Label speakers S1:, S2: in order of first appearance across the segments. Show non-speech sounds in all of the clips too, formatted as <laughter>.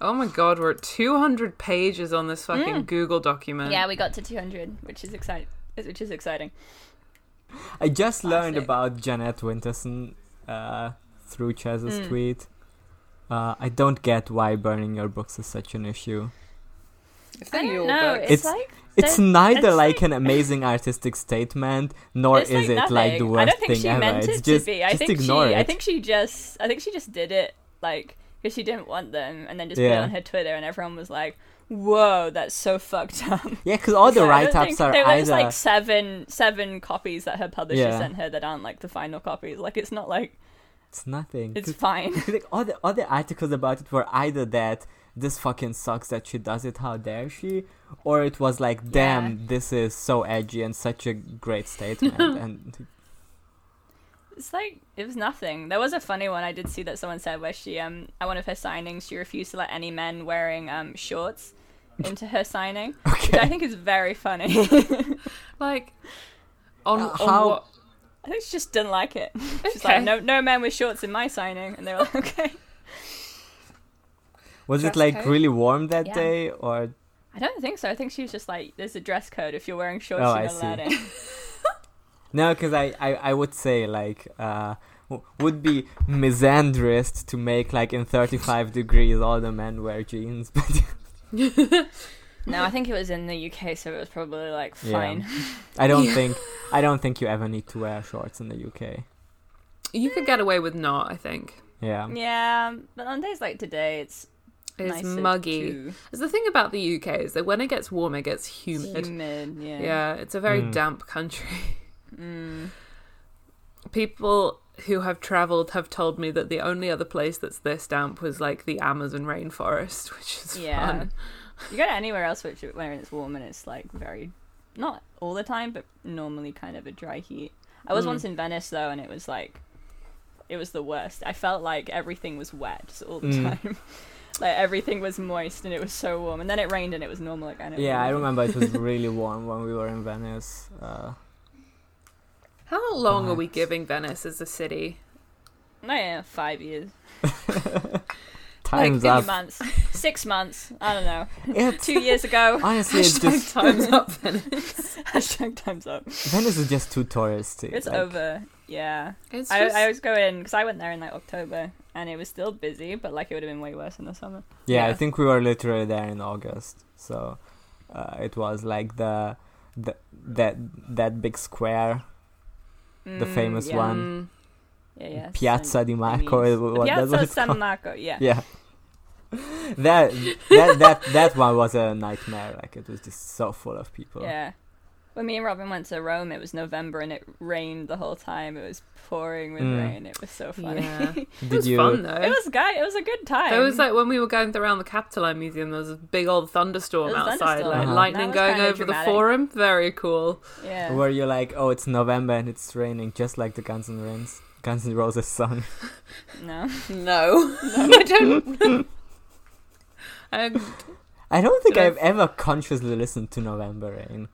S1: Oh my god, we're at 200 pages on this fucking Google document.
S2: Mm. Yeah, we got to 200, which is exciting. Which is exciting.
S3: I just learned
S2: Classic.
S3: about Jeanette Winterson uh, through Chez's
S2: Hmm.
S3: tweet. Uh, I don't get why burning your books is such an issue.
S1: If
S2: I
S1: they're your
S2: don't know.
S1: books-
S2: It's,
S3: It's-
S2: like
S3: It's
S2: don't-
S3: neither
S2: it's
S3: like, an amazing artistic statement, nor
S2: it's
S3: is it like the
S2: nothing.
S3: worst
S2: I don't think
S3: thing
S2: she
S3: ever.
S2: meant
S3: it's
S2: it
S3: just,
S2: to be. I
S3: just
S2: think
S3: ignore
S2: she.
S3: it.
S2: I think she just. I think she just did it like because she didn't want them, and then just put it
S3: Yeah.
S2: on her Twitter, and everyone was like, "Whoa, that's so fucked up."
S3: yeah, because all
S2: <laughs> So
S3: the
S2: I don't
S3: write-ups
S2: think-
S3: are
S2: there were just
S3: either
S2: like seven seven copies that her publisher
S3: Yeah.
S2: sent her that aren't like the final copies. Like it's not like
S3: it's nothing.
S2: it's
S3: 'Cause-
S2: fine.
S3: 'cause, <laughs> like all the all the articles about it were either that this fucking sucks that she does it, how dare she, or it was like, damn, this is so edgy and such a great
S2: <laughs>
S3: statement, and
S2: It's like it was nothing. There was a funny one I did see that someone said where she um at one of her signings she refused to let any men wearing um shorts into her signing, which I think is very funny. <laughs> I think
S1: Like, on,
S3: Uh,
S1: on
S3: how-
S1: what?
S2: she just didn't like it. She's
S1: Okay.
S2: like, no, no men with shorts in my signing, and they were like, okay.
S3: Was
S1: Dress
S3: it like
S1: code?
S3: really warm that
S2: Yeah.
S3: day, or
S2: I don't think so. I think she was just like, there's a dress code. If you're wearing shorts,
S3: Oh,
S2: you're
S3: I
S2: not allowed in.
S3: <laughs> see. no? Because I, I I would say like uh w- would be misandrist to make like in 35 degrees all the men wear jeans, but
S2: No, I think it was in the UK, so it was probably like
S3: Yeah.
S2: fine.
S3: I don't think I don't think you ever need to wear shorts in the UK.
S1: You could get away with not, I think.
S3: Yeah,
S2: Yeah, but on days like today, it's
S1: It's
S2: nicer
S1: muggy.
S2: to-
S1: It's the thing about the UK is that when it gets warm, it gets
S2: It's
S1: humid.
S2: humid. Yeah.
S1: Yeah, it's a very
S3: Mm.
S1: damp country. <laughs>
S2: Mm.
S1: People who have travelled have told me that the only other place that's this damp was like the Amazon rainforest, <laughs> which is
S2: Yeah.
S1: fun.
S2: You go to anywhere else which where it's warm and it's like very not all the time, but normally kind of a dry heat. I was
S3: Hmm.
S1: Mm.
S2: once in Venice though, and it was like it was the worst. I felt like everything was wet just all the
S3: Mm.
S2: time. <laughs> like everything was moist and it was so warm, and then it rained and it was normal again. It
S3: yeah. I
S2: was-
S3: remember it was really warm when we were in Venice. Uh, <laughs>
S1: How long are we
S3: But-
S1: giving Venice as a city?
S2: No, Oh, yeah, five years,
S3: times
S2: three
S3: up.
S2: months, six months. I don't know.
S3: It's-
S2: Two years
S3: <laughs>
S2: ago, <laughs>
S3: honestly, it's
S1: Hashtag
S3: just <laughs>
S1: time's up, Venice.
S2: hashtag time's up.
S3: Venice is just too touristy.
S2: It's
S3: like,
S2: over. Yeah.
S1: It's
S2: I,
S1: just,
S2: I was going because I went there in like October and it was still busy, but like it would have been way worse in the summer.
S3: Yeah, I
S1: Yeah.
S3: think we were literally there in August, so uh, it was like the, the that that big
S1: <laughs>
S3: square, the
S2: Mm,
S3: famous
S2: yeah.
S3: one,
S1: Mm.
S2: Yeah, yeah,
S3: Piazza di Marco.
S2: thingies.
S3: is what that
S2: Piazza
S3: was
S2: San
S3: called.
S2: Marco. Yeah.
S3: Yeah, that that that that one was a nightmare. Like it was just so full of people.
S2: Yeah. When me and Robin went to Rome, it was November and it rained the whole time. It was pouring with
S3: Mm.
S2: rain. It was so funny. <laughs>
S1: Yeah.
S3: Did
S1: It was
S3: you?
S1: fun though.
S2: It was guy. It was a good time.
S1: It was like when we were going around the Capitoline Museum, there was a big old thunderstorm
S2: There was a
S1: outside,
S2: thunderstorm.
S1: like
S3: Uh-huh.
S1: lightning
S2: That was
S1: going
S2: kinda
S1: over the
S2: dramatic.
S1: forum. Very cool.
S2: yeah.
S3: Where you're like, oh, it's November and it's raining, just like the Guns N' Roses, Guns N' Roses song. <laughs>
S2: No.
S1: <laughs> No, I don't. um,
S3: I don't think
S1: Did I-
S3: I've ever consciously listened to November Rain.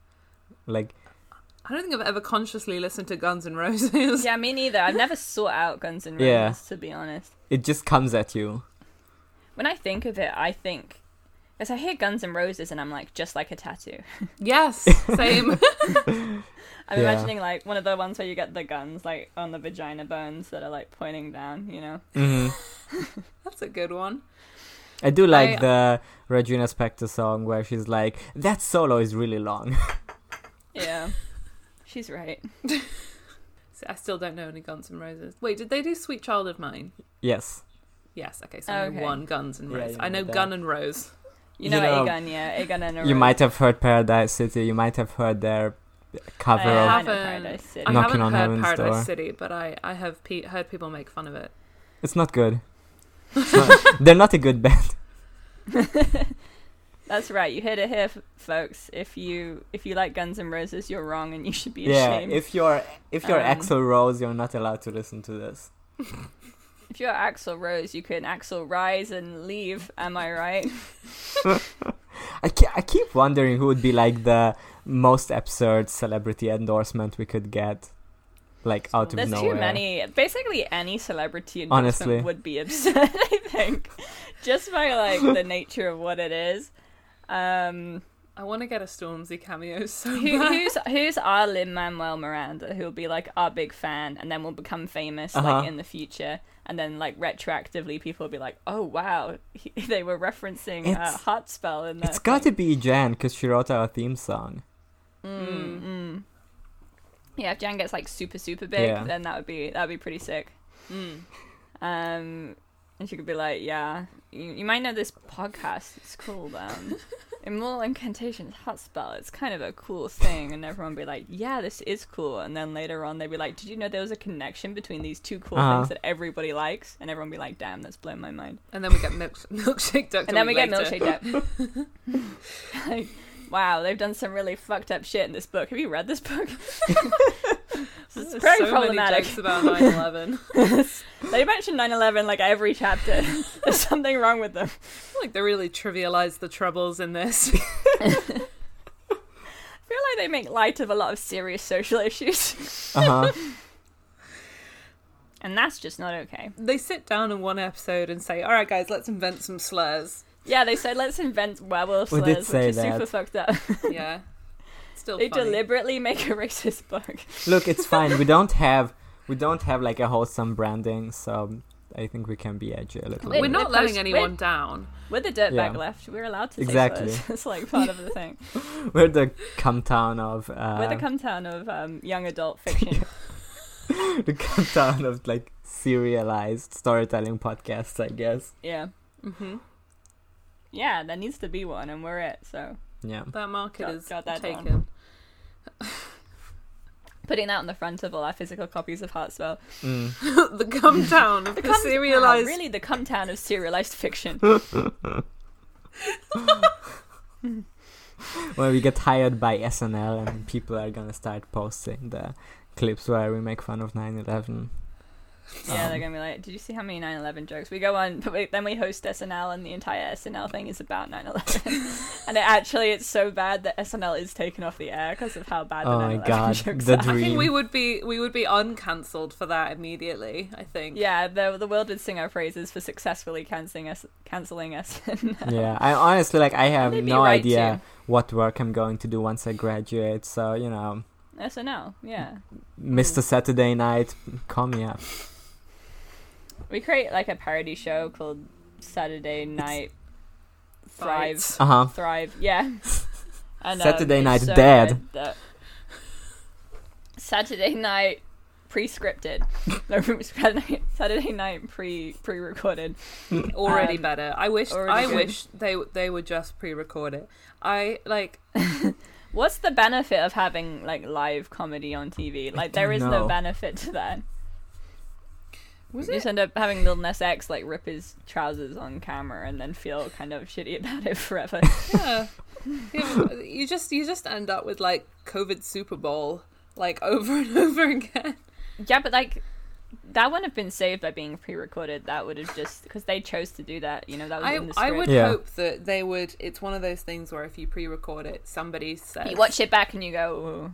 S3: Like,
S1: I don't think I've ever consciously listened to Guns N' Roses.
S2: Yeah, me neither. I've never sought out Guns N' Roses
S3: Yeah.
S2: to be honest.
S3: it just comes at you.
S1: <laughs>
S2: When I think of it, I think. Because I hear Guns N' Roses and I'm like, just like a tattoo.
S1: <laughs> Yes,
S3: <laughs>
S1: same.
S2: I'm
S3: Yeah.
S2: imagining like one of the ones where you get the guns like on the vagina bones that are like pointing down, you know?
S3: hmm
S1: That's a good one.
S3: I do like
S1: I-
S3: the Regina Spektor song where she's like, that solo is really long. <laughs>
S2: Yeah. <laughs> She's right.
S1: So I still don't know any Guns N' Roses. Wait, did they do Sweet Child of Mine?
S3: yes.
S1: Yes. Okay, so I know
S2: Okay.
S1: one Guns N'
S3: Yeah,
S1: Roses.
S3: you
S1: I
S3: know
S1: know
S3: that.
S1: Gun and Rose.
S2: You know,
S3: You know,
S2: a gun, yeah. A gun and a
S3: You
S2: rose.
S3: might have heard Paradise City, you might have heard their
S2: I
S3: cover of.
S2: haven't.
S1: of-
S2: Paradise City.
S1: I
S3: Knocking
S1: haven't
S3: on
S1: heard
S3: Heaven's
S1: Paradise
S3: Door.
S1: City, but I, I have pe- heard people make fun of it.
S3: It's not
S2: <laughs>
S3: good. It's not- they're not a good band.
S2: <laughs> That's right. You heard it here, f- folks. If you if you like Guns N' Roses, <laughs> you're wrong and you should be
S3: Yeah,
S2: ashamed.
S3: if you're if you're
S2: Um,
S3: Axl Rose, you're not allowed to listen to this.
S2: If you're Axel Rose, you can Axel rise and leave. Am I right?
S3: I, ke- I keep wondering who would be like the most absurd celebrity endorsement we could get, like out of
S2: There's
S3: nowhere.
S2: too many. Basically, any celebrity endorsement
S3: Honestly.
S2: would be absurd. <laughs> I think just by like the nature of what it is. Um,
S1: I want to get a Stormzy cameo <laughs> so
S2: who,
S1: bad.
S2: who's who's our Lin Manuel Miranda, who'll be like our big fan, and then will become famous
S3: Uh-huh.
S2: like in the future, and then like retroactively, people will be like, "Oh wow, he, <laughs> they were referencing uh,
S3: It's-
S2: Heart Spell in that."
S3: It's got to be Jan because she wrote our
S2: <laughs>
S3: theme song.
S2: Mm, mm. Yeah, if Jan gets like super super big,
S3: Yeah.
S2: then that would be that would be pretty sick.
S1: Mm.
S2: Um, and she could be like, "Yeah, you, you might know this podcast. It's
S1: <laughs>
S2: called um, Immortal Incantations Hot Spell. It's kind of a cool thing." And everyone be like, "Yeah, this is cool." And then later on, they'd be like, "Did you know there was a connection between these two cool
S3: Uh-huh.
S2: things that everybody likes?" And everyone be like, "Damn, that's blown my mind."
S1: And then we get milk- milkshake duck.
S2: and then we get
S1: <laughs>
S2: milkshake depth. <laughs> like, wow, they've done some really fucked up shit in this book. Have you read
S1: <laughs>
S2: this book? <laughs>
S1: There's
S2: it's very
S1: so Many
S2: problematic.
S1: jokes about
S2: <laughs>
S1: 9/11.
S2: they mention 9/11 like every chapter. There's something wrong with them.
S1: <laughs> like they really trivialized the troubles in this. <laughs>
S2: I feel like they make light of a lot of serious social issues, <laughs>
S3: Uh huh.
S2: and that's just not okay.
S1: they sit down in one episode and say, "All right, guys, let's invent some
S2: <laughs>
S1: slurs."
S2: Yeah, they said let's invent werewolf
S3: We
S2: slurs,
S3: did say
S2: which is
S3: that.
S2: super fucked up.
S1: Yeah, still
S2: they
S1: funny.
S2: deliberately make a racist book.
S3: Look, it's fine. We don't have we don't have like a wholesome branding, so I think we can be edgy a little.
S2: Wait,
S1: We're
S3: bit.
S1: not
S2: they
S1: letting
S2: post-
S1: anyone
S2: wait.
S1: down.
S2: With the dirtbag
S3: Yeah.
S2: left, we're allowed to say
S3: Exactly.
S2: slurs. <laughs> it's like part
S3: <laughs>
S2: of the thing.
S3: We're the cum town of uh,
S2: We're the cum town of um, young adult fiction. <laughs>
S3: the cum town of like serialized storytelling podcasts, I guess.
S2: yeah.
S1: hmm
S2: Yeah, there needs to be one, and we're it. So
S3: Yeah.
S1: That market
S2: Got-
S1: is
S2: got that down.
S1: taken.
S2: putting that on the front of all our physical copies of Heartspell.
S3: Mm.
S1: <laughs> the come down of the,
S2: <laughs> The cum-
S1: serialized.
S2: wow, really the cum town of serialized fiction.
S3: When we get hired by SNL and people are gonna start posting the clips where we make fun of 9/11.
S2: Yeah,
S3: Um,
S2: they're gonna be like, "Did you see how many 9/11 jokes we go on?" But we, then we host SNL, and the entire SNL thing is about
S3: <laughs>
S2: 9/11. and it actually, it's so bad that SNL is taken off the air because of how bad
S3: Oh
S2: the
S1: <laughs>
S3: my
S2: 9/11
S3: God,
S2: jokes
S3: the
S2: are.
S1: I think
S3: Dream.
S1: we would be we would be uncancelled for that immediately. I think.
S2: Yeah, the the world would sing our praises for successfully canceling us, canceling us.
S3: Yeah, I honestly
S2: <laughs>
S3: like I have
S2: They'd be
S3: no
S2: right
S3: idea what work I'm going to do once I graduate. So you know,
S2: SNL, yeah.
S3: Mr. Saturday Night, call me up.
S2: We create like a parody show called Saturday Night Thrive.
S1: Fights.
S3: Uh huh.
S2: Thrive,
S3: <laughs>
S2: yeah. And, um,
S3: Saturday
S2: it's
S3: Night
S2: so
S3: Dead.
S2: good that- Saturday night
S3: <laughs>
S2: pre-scripted. No, <laughs> Saturday night- Saturday night pre pre-recorded.
S1: already
S2: Um,
S1: better. I wish
S2: already
S1: I
S2: good.
S1: wish they they would just pre-record it. I like
S2: What's the benefit of having like live comedy on TV? Like there
S3: don't
S2: is no
S3: know.
S2: benefit to that.
S1: was
S2: You
S1: it
S2: just end up having Lil Nas X like rip his trousers on camera and then feel kind of shitty about it <laughs>
S3: <laughs>
S2: forever.
S1: yeah. Yeah, you just you just end up with like COVID Super Bowl like <laughs> over and over again.
S2: Yeah, but like that wouldn't have been saved by being pre-recorded. That would have just because they chose to do that. You know, that was
S1: I
S2: in the script.
S1: I would
S3: Yeah.
S1: hope that they would. It's one of those things where if you pre-record it, somebody says,
S2: You watch it back and you go,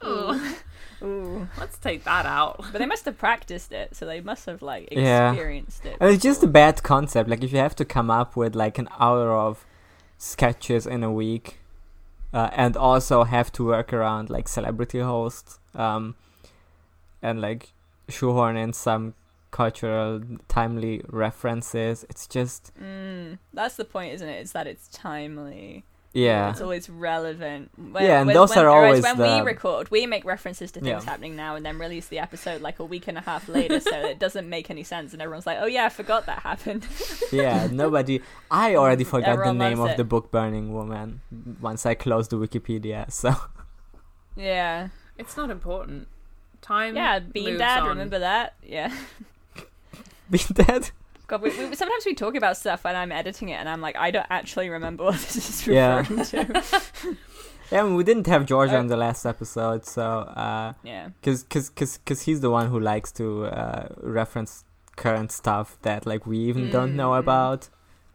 S1: "Oh,
S2: ooh, ooh.
S1: let's take that out."
S2: But they must have practiced it, so they must have like
S3: Yeah.
S2: experienced it.
S3: And it's just a
S2: before.
S3: bad concept. Like if you have to come up with like an hour of sketches in a week, uh, and also have to work around like celebrity hosts, um, and like shoehorn in some cultural timely references. It's just
S2: Mm, that's the point, isn't it? It's that it's timely.
S3: yeah.
S2: It's always relevant. When,
S3: Yeah, and those are always
S2: When
S3: the-
S2: we record, we make references to things
S3: Yeah.
S2: happening now and then release the episode like a week and a half later, so it doesn't make any sense. And everyone's like, "Oh yeah, I forgot that happened." <laughs>
S3: yeah, nobody. I already forgot
S2: Everyone
S3: the name
S2: loves
S3: of
S2: it.
S3: the book Burning Woman once I closed the Wikipedia. So <laughs>
S2: yeah.
S1: It's not important. Time.
S2: Yeah, Bean
S1: moves
S2: Dad,
S1: on.
S2: remember that? Yeah.
S3: be dead.
S2: God, we, we, sometimes we talk about stuff and I'm editing it and I'm like, I don't actually remember what <laughs> this is
S3: Yeah.
S2: referring to. <laughs>
S3: Yeah, we didn't have George
S2: Uh,
S3: on the last episode, so uh,
S2: yeah.
S3: cause, cause, cause, 'cause he's the one who likes to uh, reference current stuff that like we even don't know
S2: Mm.
S3: about.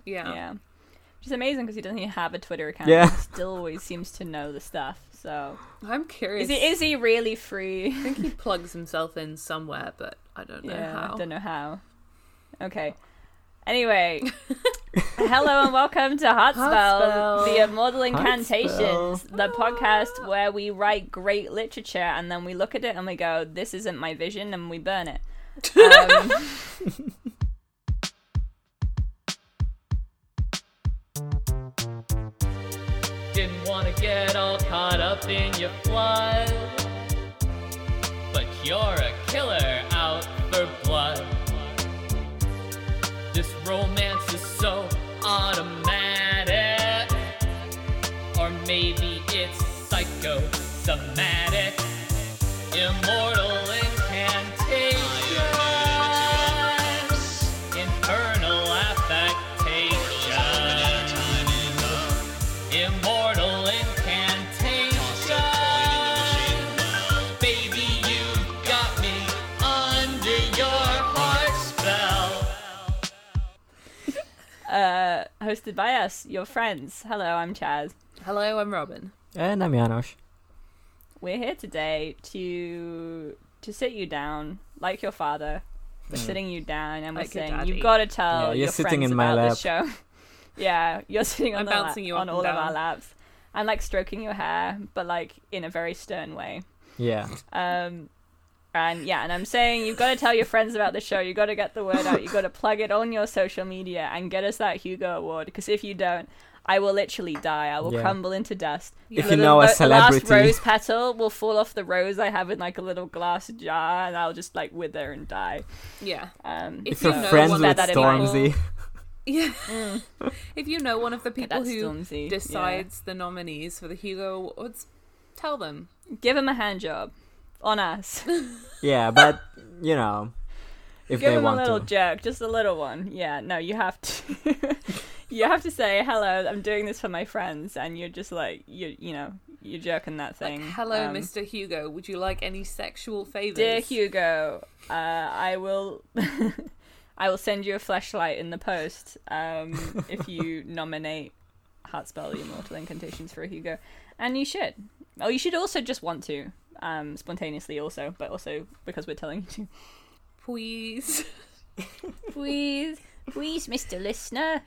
S2: Yeah.
S1: Yeah.
S2: Which is amazing because he doesn't even have a Twitter account.
S3: Yeah.
S2: He still always seems to know the stuff. So
S1: I'm curious.
S2: is he is he really free?
S1: I think he plugs himself in somewhere, but I don't know
S2: <laughs> yeah,
S1: how.
S2: don't know how. Okay.
S1: <laughs>
S2: Anyway, hello and welcome to Heartspell,
S1: Heartspell.
S2: the Immortal Incantations,
S3: Heartspell.
S2: the podcast
S1: Ah.
S2: where we write great literature and then we look at it and we go, this isn't my vision, and we
S1: <laughs>
S2: burn it. Um,
S4: Didn't want to get all caught up in your flood. But you're a killer out for blood. This romance is so automatic. Or maybe it's psychosomatic. Immortal incantation. Infernal affectation. Immortal incantation. Baby, you got me under your heart spell.
S2: uh, hosted by us, your friends. Hello, I'm Chaz.
S1: Hello, I'm Robin.
S3: And I'm Janosch.
S2: We're here today to to sit you down, like your father. We're sitting you down and we're
S1: Like your
S2: saying
S1: daddy.
S2: you've got to tell
S3: Yeah, you're
S2: your
S3: sitting
S2: friends
S3: in my
S2: about this show. <laughs> yeah, you're sitting on
S1: I'm
S2: the lap-
S1: bouncing you up
S2: on
S1: and
S2: all of our
S1: down.
S2: laps. and like stroking your hair, but like in a very stern way.
S3: Yeah.
S2: Um, and yeah, and I'm saying you've got to tell your friends about the show. You've got to get the word out. You've got to plug it on your social media and get us that Hugo Award. Because if you don't, I will literally die. I will
S3: Yeah.
S2: crumble into dust.
S1: If
S2: The
S3: you
S2: little
S3: know a
S2: ro- the
S3: celebrity-
S2: last rose petal will fall off the rose I have in like a little glass jar, and I'll just like wither and die.
S1: Yeah. <laughs>
S2: Um,
S1: If
S3: If
S1: you
S3: you're
S1: know
S3: friends
S1: one
S3: with
S2: that in mind.
S3: Stormzy.
S1: Yeah. if you know one of the
S2: <laughs>
S1: mm,
S2: get
S1: people
S2: that
S1: who
S2: Stormzy. yeah.
S1: decides the nominees for the Hugo Awards, tell them.
S2: give him a hand job on us.
S3: Yeah, but, you know, if
S2: Give
S3: they
S2: him a
S3: want
S2: little
S3: to.
S2: joke, just a little one. Yeah, no, you have to. <laughs> you have to say hello. I'm doing this for my friends, and you're just like you, you know, you're jerking that
S1: Like,
S2: thing.
S1: hello,
S2: Um,
S1: Mr. Hugo. Would you like any sexual favors?
S2: Dear Hugo, uh, I will, <laughs> I will send you a flashlight in the post um,
S1: <laughs>
S2: if you nominate Heartspell the Immortal Incantations for a Hugo, and you should. Oh, you should also just want to um, spontaneously, also, but also because we're telling you to.
S1: please. <laughs>
S2: Please, please, Mr. Listener,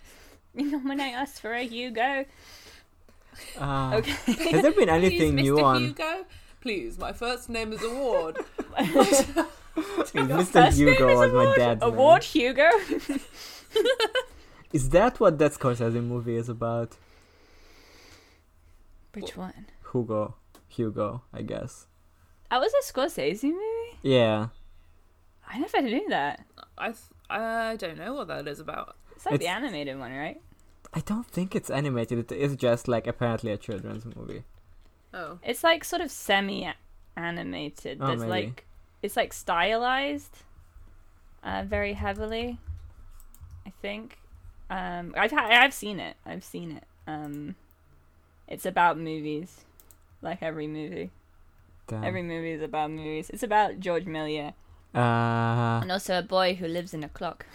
S2: nominate us for a Hugo.
S3: Uh,
S2: Okay.
S3: Has there
S2: <laughs>
S3: been anything
S1: please,
S3: new
S1: Mr.
S3: on
S1: Hugo. Please, my first name is
S2: <laughs>
S1: Award.
S3: <laughs> Mr. Hugo was my dad's name.
S2: Award Hugo?
S3: Is that what that Scorsese movie is about?
S2: Which one?
S3: Hugo, Hugo, I guess.
S2: That was a Scorsese movie?
S3: Yeah,
S2: I never knew that.
S1: I th- I don't know what that is about.
S2: It's like the
S3: It's-
S2: animated one, right?
S3: I don't think it's animated. It is just like apparently a children's movie.
S1: Oh,
S2: It's like sort of semi animated.
S3: Oh,
S2: There's
S3: maybe.
S2: like, it's like stylized uh, very heavily, I think. Um, I've, ha- I've seen it. I've seen it. Um, it's about movies, like every movie.
S3: Damn.
S2: Every movie is about movies. It's about George Millier
S3: uh,
S2: and also a boy who lives in a clock.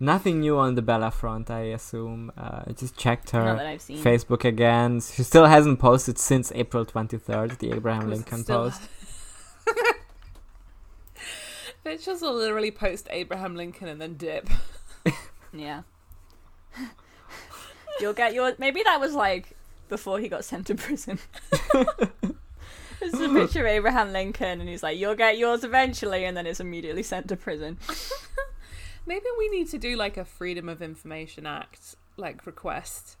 S3: nothing new on the Bella front, I assume. Uh, I just checked
S2: Not
S3: her
S2: that I've seen.
S3: Facebook again. She still hasn't posted since April 23rd, the Abraham Lincoln
S1: Still- <laughs>
S2: <laughs>
S3: post.
S1: Bitches will literally post Abraham Lincoln and then dip.
S2: Yeah. <laughs> You'll get your. Maybe that was like before he got sent to prison. <laughs> This is a picture of Abraham Lincoln, and he's like, "You'll get yours eventually," and then it's immediately sent to prison.
S1: Maybe we need to do like a Freedom of Information Act like request.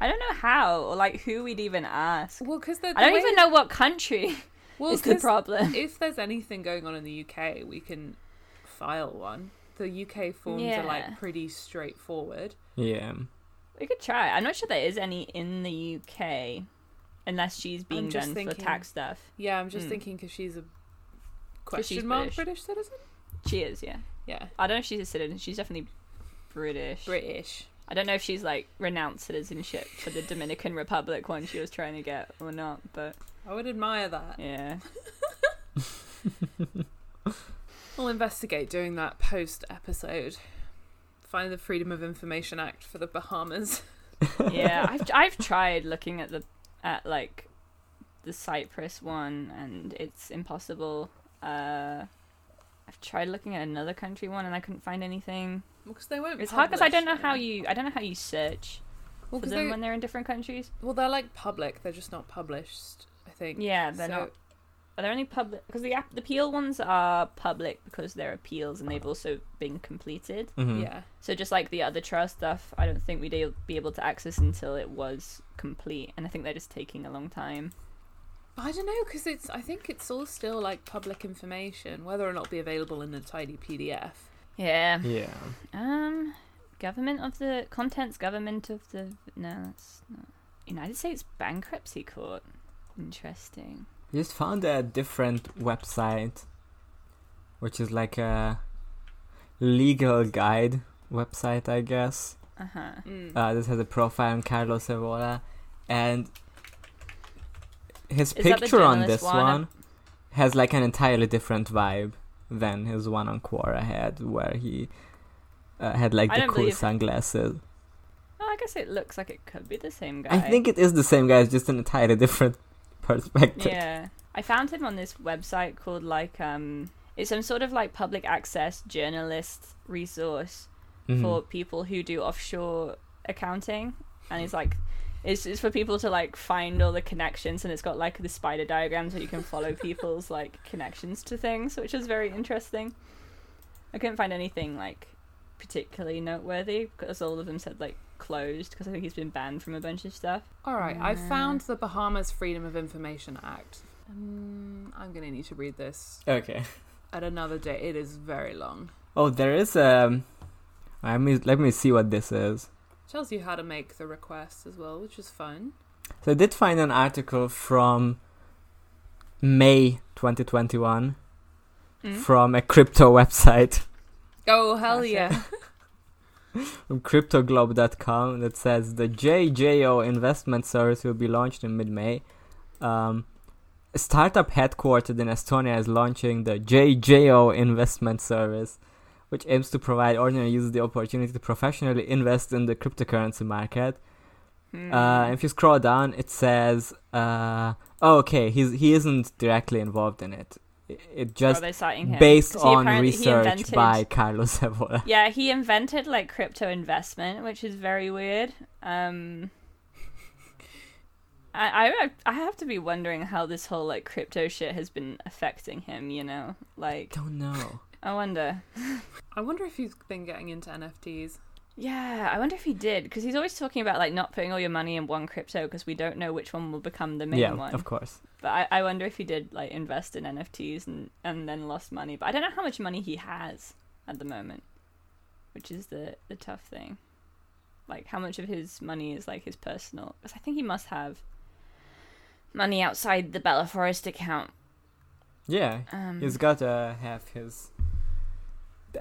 S2: I don't know how or like who we'd even ask.
S1: Well, because
S2: I don't even know what country
S1: Well,
S2: is the
S1: 'cause
S2: problem.
S1: <laughs> if there's anything going on in the UK, we can file one. The UK forms are
S2: Yeah.
S1: like pretty straightforward.
S3: Yeah.
S2: We could try. I'm not sure there is any in the UK, unless she's being
S1: just
S2: done for
S1: thinking-
S2: tax stuff.
S1: Yeah, I'm just
S2: Mm.
S1: thinking because she's a
S2: she's
S1: question mark British.
S2: British.
S1: citizen.
S2: She is, yeah.
S1: Yeah,
S2: I don't know if she's a citizen. She's definitely British.
S1: British.
S2: I don't know if she's like renounced citizenship for the Dominican Republic one she was trying to get or not, but
S1: I would admire that. <laughs>
S2: yeah.
S1: We'll investigate doing that post episode. Find the Freedom of Information Act for the Bahamas. <laughs>
S2: Yeah, I've I've tried looking at the at like the Cyprus one and it's impossible. Uh I've tried looking at another country one and I couldn't find anything.
S1: Because they won't.
S2: It's hard because I don't know
S1: publish
S2: how
S1: it.
S2: you I don't know how you search
S1: Well,
S2: for
S1: 'cause
S2: them
S1: they-
S2: when they're in different countries.
S1: well, they're like public. They're just not published. I think.
S2: Yeah, they're
S1: So-
S2: not. Are there any public? Because the app, the appeal ones are public because they're appeals and they've also been completed.
S3: Mhm.
S1: Yeah.
S2: So just like the other trial stuff, I don't think we'd a- be able to access until it was complete, and I think they're just taking a long time.
S1: I don't know because it's. I think it's all still like public information, whether or not be available in a tidy PDF.
S2: Yeah.
S3: Yeah.
S2: Um, government of the contents, government of the no, that's not United States bankruptcy court. Interesting.
S3: We just found a different website, which is like a legal guide website, I guess.
S2: Uh huh.
S1: Mm.
S3: Uh, this has a profile on Carlos Evola, and
S2: Is
S3: his
S2: that the
S3: picture on
S2: journalist
S3: this
S2: one?
S3: one has like an entirely different vibe than his one on Quora had, where he uh, had like
S2: I
S3: the
S2: don't
S3: cool
S2: believe-
S3: sunglasses.
S2: Oh, I guess it looks like it could be the same guy.
S3: I think it is the same guy, it's just an entirely different <laughs> perspective.
S2: Yeah. I found him on this website called like um it's some sort of like public access journalist resource
S3: Mhm.
S2: for people who do offshore accounting and it's like it's, it's for people to like find all the connections and it's got like the spider diagram so you can follow people's like connections to things which is very interesting i couldn't find anything like particularly noteworthy because all of them said like closed because i think he's been banned from a bunch of stuff
S1: All right, I
S2: Mm.
S1: found the Bahamas Freedom of Information Act. Um, I'm going to need to read this
S3: Okay.
S1: at another day. It is very long.
S3: Oh, there is a. Let me let me see what this is.
S1: Tells you how to make the request as well, which is fun.
S3: So I did find an article from May 2021
S2: Mm.
S3: Mm-hmm. from a crypto <laughs> website,
S1: Oh hell
S2: Classic.
S1: yeah!
S3: from cryptoglobe.com, that says the JJO investment service will be launched in mid-May. Um, a startup headquartered in Estonia is launching the JJO investment service, which aims to provide ordinary users the opportunity to professionally invest in the cryptocurrency market.
S2: Hmm. Mm-hmm.
S3: Uh, if you scroll down, it says, uh, "Oh, okay, he's he isn't directly involved in it. It, it
S2: oh,
S3: just
S2: they're citing him.
S3: based
S2: 'Cause he
S3: on
S2: apparently- he
S3: research
S2: invented-
S3: by Carlos <laughs> Evola."
S2: Yeah, he invented like crypto investment, which is very weird. Um, I, I I have to be wondering how this whole like crypto shit has been affecting him. You know, like <laughs>
S3: Don't know.
S2: I wonder.
S1: I wonder if he's been getting into NFTs.
S2: Yeah, I wonder if he did because he's always talking about like not putting all your money in one crypto because we don't know which one will become the main
S3: yeah,
S2: one.
S3: of course.
S2: But I, I wonder if he did like invest in NFTs and, and then lost money. But I don't know how much money he has at the moment, which is the, the tough thing. Like how much of his money is like his personal? Because I think he must have money outside the Bella Forest account.
S3: Yeah,
S2: Um,
S3: he's gotta have his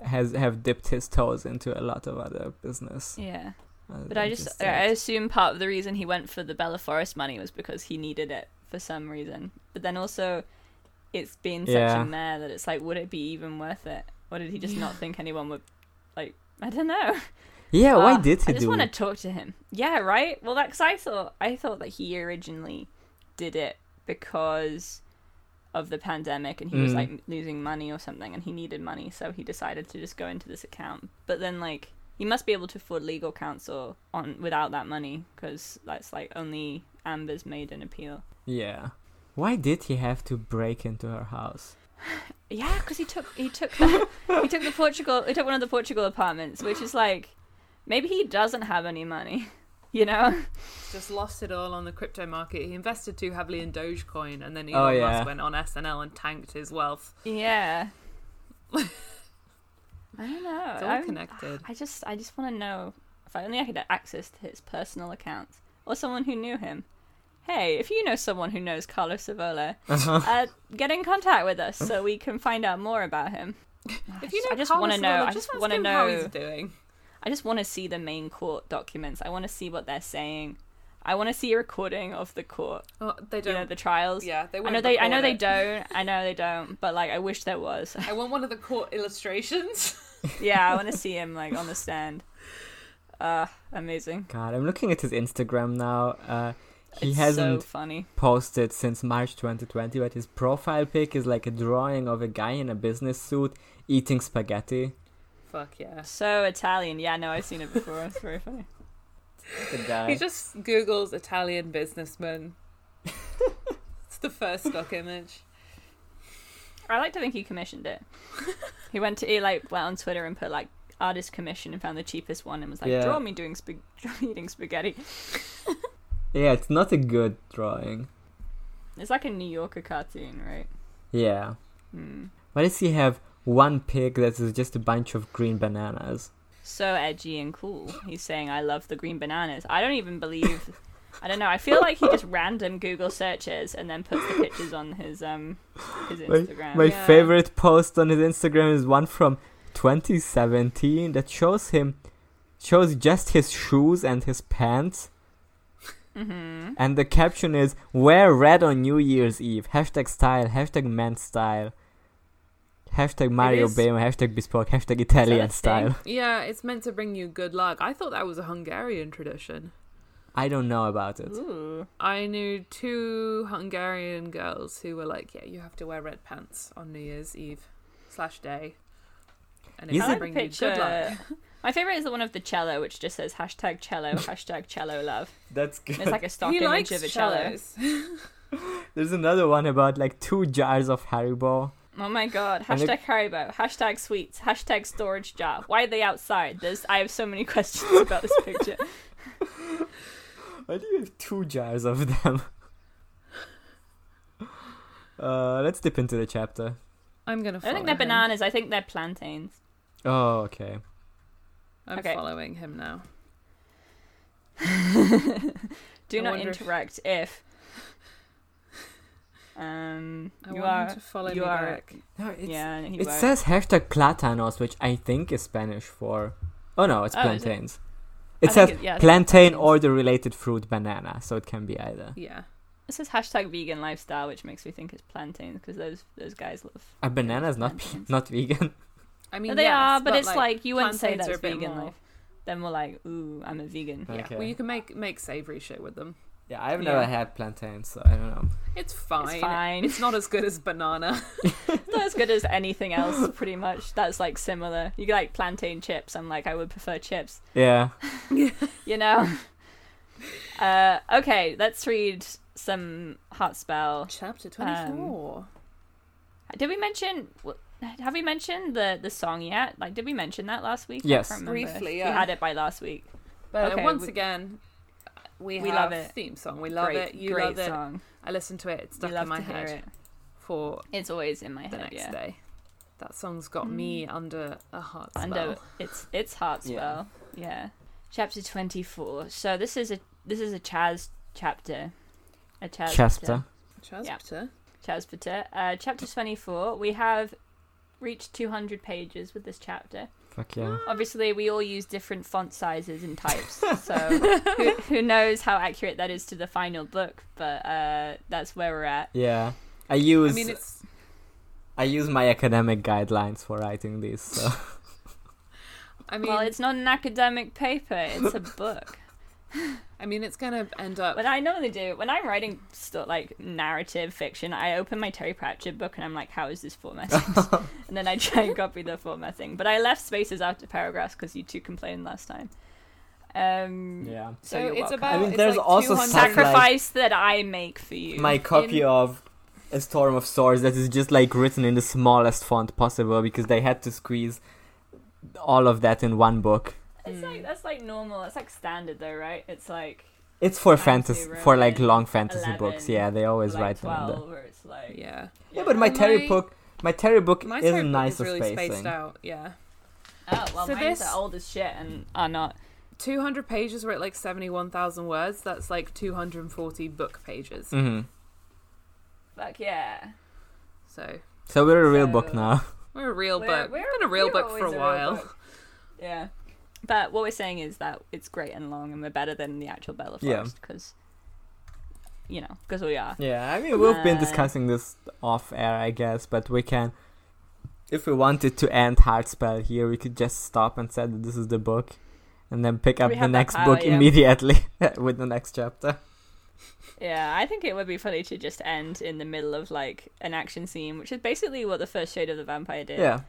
S3: has have dipped his toes into a lot of other business.
S2: yeah,
S3: other
S2: but
S3: than
S2: I just I
S3: that.
S2: assume part of the reason he went for the Bella Forest money was because he needed it for some reason. But then also, it's been such
S3: Yeah.
S2: a mare that it's like, would it be even worth it? Or did he just not
S1: Yeah.
S2: think anyone would like? I don't know.
S3: yeah, why
S2: Ah,
S3: did
S2: I
S3: he
S2: just
S3: do?
S2: want to
S3: it?
S2: talk to him. Yeah, right. Well, that's I thought. I thought that he originally did it because of the pandemic, and he was
S3: Mm.
S2: like losing money or something, and he needed money, so he decided to just go into this account. But then, like, he must be able to afford legal counsel on without that money, because that's like only Amber's made an appeal.
S3: Yeah, why did he have to break into her house?
S2: Yeah, because he took he took the, he took the Portugal he took one of the Portugal apartments, which is like maybe he doesn't have any money, <laughs> you know.
S1: Just lost it all on the crypto market. He invested too heavily in Dogecoin, and then Elon
S3: Oh, yeah.
S1: Musk went on SNL and tanked his wealth. <laughs>
S2: Yeah. I don't know.
S1: It's all
S2: I'm-
S1: connected.
S2: I just I just want to know if I only I could access to his personal accounts or someone who knew him. Hey, if you know someone who knows Carlos Savola,
S1: <laughs> Uh-huh.
S2: uh, get in contact with us so we can find out more about him.
S1: If you
S2: just-
S1: know,
S2: I just
S1: Carlos
S2: wanna know-
S1: Slim,
S2: I
S1: just
S2: just
S1: ask
S2: wanna
S1: him how
S2: know-
S1: he's doing.
S2: I just want to see the main court documents. I want to see what they're saying. I want to see a recording of the court,
S1: Oh, they
S2: you
S1: don't.
S2: know, the trials.
S1: yeah, they.
S2: I
S1: Won't
S2: know they. I know
S1: record
S2: they
S1: it.
S2: don't. I know they don't. But like, I wish there was.
S1: I want one of the court illustrations. <laughs>
S2: yeah, I want to see him like on the stand. Uh, amazing.
S3: God, I'm looking at his Instagram now. Uh, He
S2: it's
S3: hasn't-
S2: so funny.
S3: posted since March 2020, but his profile pic is like a drawing of a guy in a business suit eating
S2: <laughs>
S3: spaghetti.
S1: Fuck yeah.
S2: So Italian. Yeah, no, I've seen it before. It's very funny.
S3: The guy.
S1: He just Googles Italian businessman. it's the first stock image.
S2: I like to think he commissioned it. he went to he like went on Twitter and put like artist commission and found the cheapest one and was like,
S3: Yeah.
S2: draw me doing spag- <laughs> draw me eating spaghetti.
S3: yeah, it's not a good drawing.
S2: It's like a New Yorker cartoon, right?
S3: Yeah.
S2: Hmm.
S3: Why does he have one pig that is just a bunch of green bananas?
S2: So edgy and cool. He's saying, "I love the green bananas." I don't even believe. I don't know. I feel like he just random Google searches and then puts the pictures on his um his Instagram.
S3: My
S1: Yeah.
S3: favorite post on his Instagram is one from 2017 that shows him shows just his shoes and his pants.
S2: Mm-hmm.
S3: And the caption is wear red on New Year's Eve. Hashtag style, hashtag man style. Hashtag Mario
S1: is-
S3: Bema, hashtag bespoke, hashtag Italian
S2: thing?
S3: style.
S1: Yeah, it's meant to bring you good luck. I thought that was a Hungarian tradition.
S3: I don't know about it.
S2: Ooh.
S1: I knew two Hungarian girls who were like, "Yeah, you have to wear red pants on New Year's Eve slash day, and
S3: Is
S1: it's
S2: I
S1: will
S2: like the
S1: bring you good luck."
S2: picture. <laughs> My favorite is the one of the cello, which just says hashtag
S3: <laughs>
S2: cello, hashtag cello love.
S3: That's
S2: And It's like a stock
S1: he
S2: image
S1: likes
S2: of a cello.
S1: cellos.
S3: There's another one about like two jars of Haribo.
S2: Oh my god.
S3: And it-
S2: Hashtag Haribo. Hashtag sweets. Hashtag storage jar. Why are they outside? There's I have so many <laughs> questions about this picture.
S3: Why do you have two jars of them? <laughs> uh, let's dip into the chapter.
S1: <laughs> I'm gonna.
S2: I don't
S1: Follow
S2: think they're
S1: him.
S2: bananas, I think they're plantains.
S3: Oh, okay.
S1: I'm
S2: Okay.
S1: following him now. I
S2: Do not
S1: wonder if-
S2: interact if, um
S1: I
S2: you
S1: want
S2: are
S1: him to follow
S2: you
S1: me
S2: are-
S1: back.
S3: No, it's,
S2: yeah he
S3: it
S2: won't.
S3: says hashtag platanos, which I think is Spanish for. Oh no, it's
S2: Oh, is it?
S3: plantains.
S2: I
S3: It
S2: think
S3: says
S2: it- yeah, it says
S3: plantain
S2: plantains.
S3: or the related fruit banana, so it can be either.
S1: Yeah,
S2: It says hashtag vegan lifestyle, which makes me think it's plantains because those those guys love.
S3: A banana is not
S2: plantains.
S3: <laughs> not vegan.
S1: I mean
S2: they
S1: yes,
S2: are, but, it's like, you wouldn't say
S1: plantains are
S2: that's
S1: a bit
S2: vegan
S1: more-
S2: life. Then we're like, ooh, I'm a vegan.
S1: Yeah,
S3: Okay.
S1: well, you can make make savory shit with them.
S3: Yeah, I've
S2: never
S3: never
S2: Yeah.
S3: had plantains, so I don't know.
S1: It's fine.
S2: It's fine.
S1: <laughs>
S2: <laughs>
S1: It's not as good as banana.
S2: It's not as good as anything
S1: <laughs>
S2: else, pretty much. That's like similar. You like plantain chips. I'm like, I would prefer chips.
S3: Yeah.
S2: You know. <laughs> uh, okay, let's read some hot spell.
S1: Chapter
S2: 24.
S1: Um,
S2: Did we mention? Have we mentioned the the song yet? Like, did we mention that last week? I
S3: Yes.
S2: can't remember.
S1: Briefly,
S2: We
S1: yeah.
S2: had it by last week.
S1: but uh,
S2: Okay,
S1: once
S2: we-
S1: again, we,
S2: We
S1: have
S2: love it.
S1: theme song. We love
S2: great,
S1: it. You
S2: great
S1: love it.
S2: song.
S1: I listened to it. It's
S2: We
S1: stuck
S2: love
S1: in my
S2: to hear
S1: head
S2: it.
S1: for
S2: It's always in my
S1: the
S2: head.
S1: next
S2: yeah. Mm.
S1: day. That song's got me under a heart spell.
S2: Under it's it's heart
S3: Yeah.
S2: spell. Yeah. Chapter twenty four. So this is a this is a Chaz chapter. A Chaz
S3: Chester.
S1: Chapter.
S2: Chazpiter. Uh, chapter twenty four. We have reached two hundred pages with this chapter.
S3: Fuck
S2: Ah.
S3: yeah.
S2: Obviously, we all use different font sizes and
S1: <laughs>
S2: types, so who, who knows how accurate that is to the final book? But uh, that's where we're at.
S3: Yeah. I use
S1: I mean, it's.
S3: I use my academic guidelines for writing these. So.
S1: I mean,
S2: well, it's not an academic paper; it's a book.
S1: I mean, it's gonna end up.
S2: But I normally do when I'm writing stuff like narrative fiction, I open my Terry Pratchett book and I'm like, "How is this
S3: <laughs>
S2: formatted?" and then I try and copy the formatting. But I left spaces after paragraphs because you two complained last time. Um,
S3: <laughs> yeah.
S1: So
S2: So, you're
S1: it's
S2: welcome.
S1: about.
S3: I mean,
S1: it's
S3: there's
S1: like
S3: also
S1: 200
S3: some, like-
S2: sacrifice that I make for you.
S3: My copy
S1: In-
S3: of A Storm of Swords that is just like written in the smallest font possible because they had to squeeze all of that in one book.
S2: It's like that's like normal. It's like standard though, right? It's like
S3: It's for
S2: Fantasy
S3: fantasy, for like
S2: romance,
S3: long fantasy
S2: 11,
S3: books. Yeah, they always
S2: like
S3: write them. in there.
S2: twelve, where it's like Oh,
S1: Yeah.
S3: Yeah, but my Terry
S1: My-
S3: book, my Terry book
S1: My
S3: is
S1: type
S3: nice
S1: is really
S3: spacing.
S1: spaced out. Yeah.
S2: Oh well,
S1: So
S2: mine's
S1: this-
S2: are old as shit and are not.
S1: 200 pages were at like 71,000 words. That's like 240 book pages.
S3: hmm
S2: Fuck yeah.
S1: So
S3: So we're a real book
S2: So-
S3: now. <laughs>
S1: we're a real
S2: We're-
S1: book.
S2: we're-
S1: We've been a real
S2: we're
S1: book for a
S2: always a real
S1: while. <laughs>
S2: book. Yeah. But what we're saying is that it's great and long, and we're better than the actual Bella
S3: Yeah.
S2: Forest because, you know, because we are.
S3: Yeah, I mean we've been
S2: Uh,
S3: discussing this off air, I guess, but we can, if we wanted to end Heartspell here, we could just stop and say that this is the book, and then pick up
S2: We
S3: the
S2: have that
S3: next
S2: power,
S3: book <laughs>
S2: yeah.
S3: immediately with the next chapter.
S2: Yeah, I think it would be funny to just end in the middle of like an action scene, which is basically what the first Shade of the Vampire did.
S3: Yeah.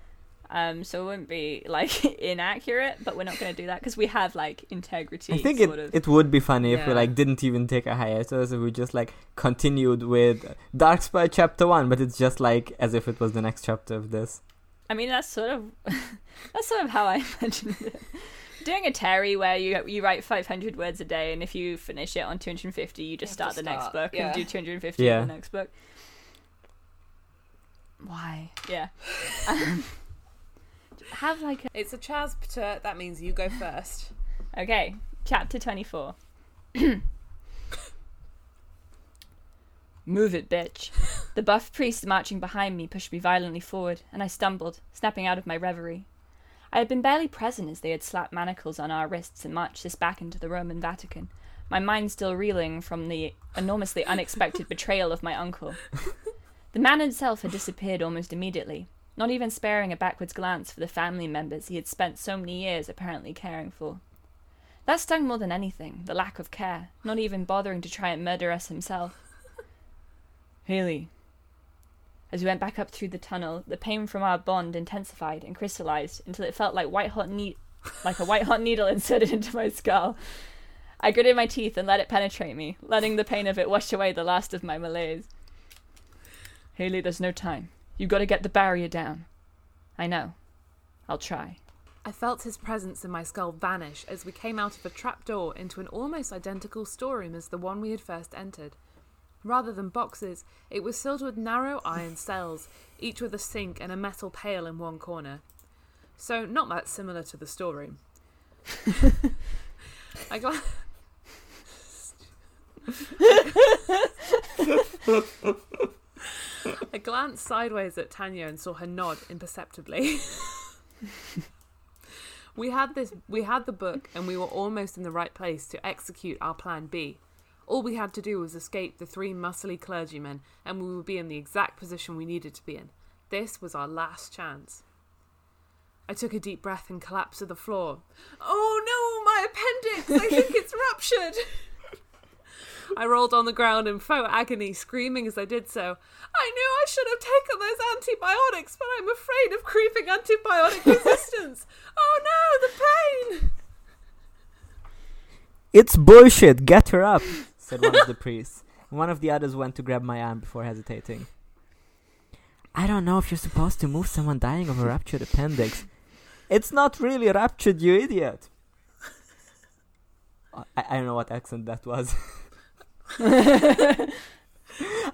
S2: Um, so it wouldn't be like <laughs> inaccurate, but we're not going to do that because we have like integrity.
S3: I think
S2: sort
S3: it,
S2: of.
S3: it would be funny if we
S1: Yeah.
S3: like didn't even take a hiatus if we just like continued with Dark Spy chapter one, but it's just like as if it was the next chapter of this.
S2: I mean, that's sort of <laughs> that's sort of how I <laughs> imagined it. Doing a Terry where you you write 500 words a day, and if you finish it on 250, you just
S1: You
S2: start
S1: have
S2: the
S1: to
S2: next
S1: start,
S2: book
S1: yeah.
S2: and do 250
S3: Yeah.
S2: in the next book. Why? Yeah. <laughs> Um, have like
S1: It's a chapter. That means you go first.
S2: a okay. Chapter 24. Move it, bitch. The buff priest marching behind me pushed me violently forward, and I stumbled, snapping out of my reverie. I had been barely present as they had slapped manacles on our wrists and marched us back into the Roman Vatican, my mind still reeling from the enormously unexpected betrayal of my uncle. The man himself had disappeared almost immediately, not even sparing a backwards glance for the family members he had spent so many years apparently caring for. That stung more than anything, the lack of care, not even bothering to try and murder us himself. Haley. As we went back up through the tunnel, the pain from our bond intensified and crystallized until it felt like white hot ne- like a white hot needle <laughs> inserted into my skull. I gritted my teeth and let it penetrate me, letting the pain of it wash away the last of my malaise. Haley, there's no time. You gotta get the barrier down. I know. I'll try. <laughs>
S1: I felt his presence in my skull vanish as we came out of a trapdoor into an almost identical storeroom as the one we had first entered. Rather than boxes, it was filled with narrow iron cells, each with a sink and a metal pail in one corner. So, not that similar to the storeroom. I, gla- I glanced sideways at Tanya and saw her nod imperceptibly. We had this we had the book and we were almost in the right place to execute our plan B. All we had to do was escape the three muscly clergymen and we would be in the exact position we needed to be in. This was our last chance. I took a deep breath and collapsed to the floor. Oh no, my appendix! I think it's ruptured! <laughs> I rolled on the ground in faux agony, screaming as I did so. I knew I should have taken those antibiotics, but I'm afraid of creeping
S3: <laughs>
S1: antibiotic resistance. Oh no, the pain!
S3: It's bullshit. Get her up," said one of the priests. One of the others went to grab my arm before hesitating. I don't know if you're supposed to move someone dying of a ruptured appendix. It's not really ruptured, you idiot. I, I don't know what accent that was.
S2: well,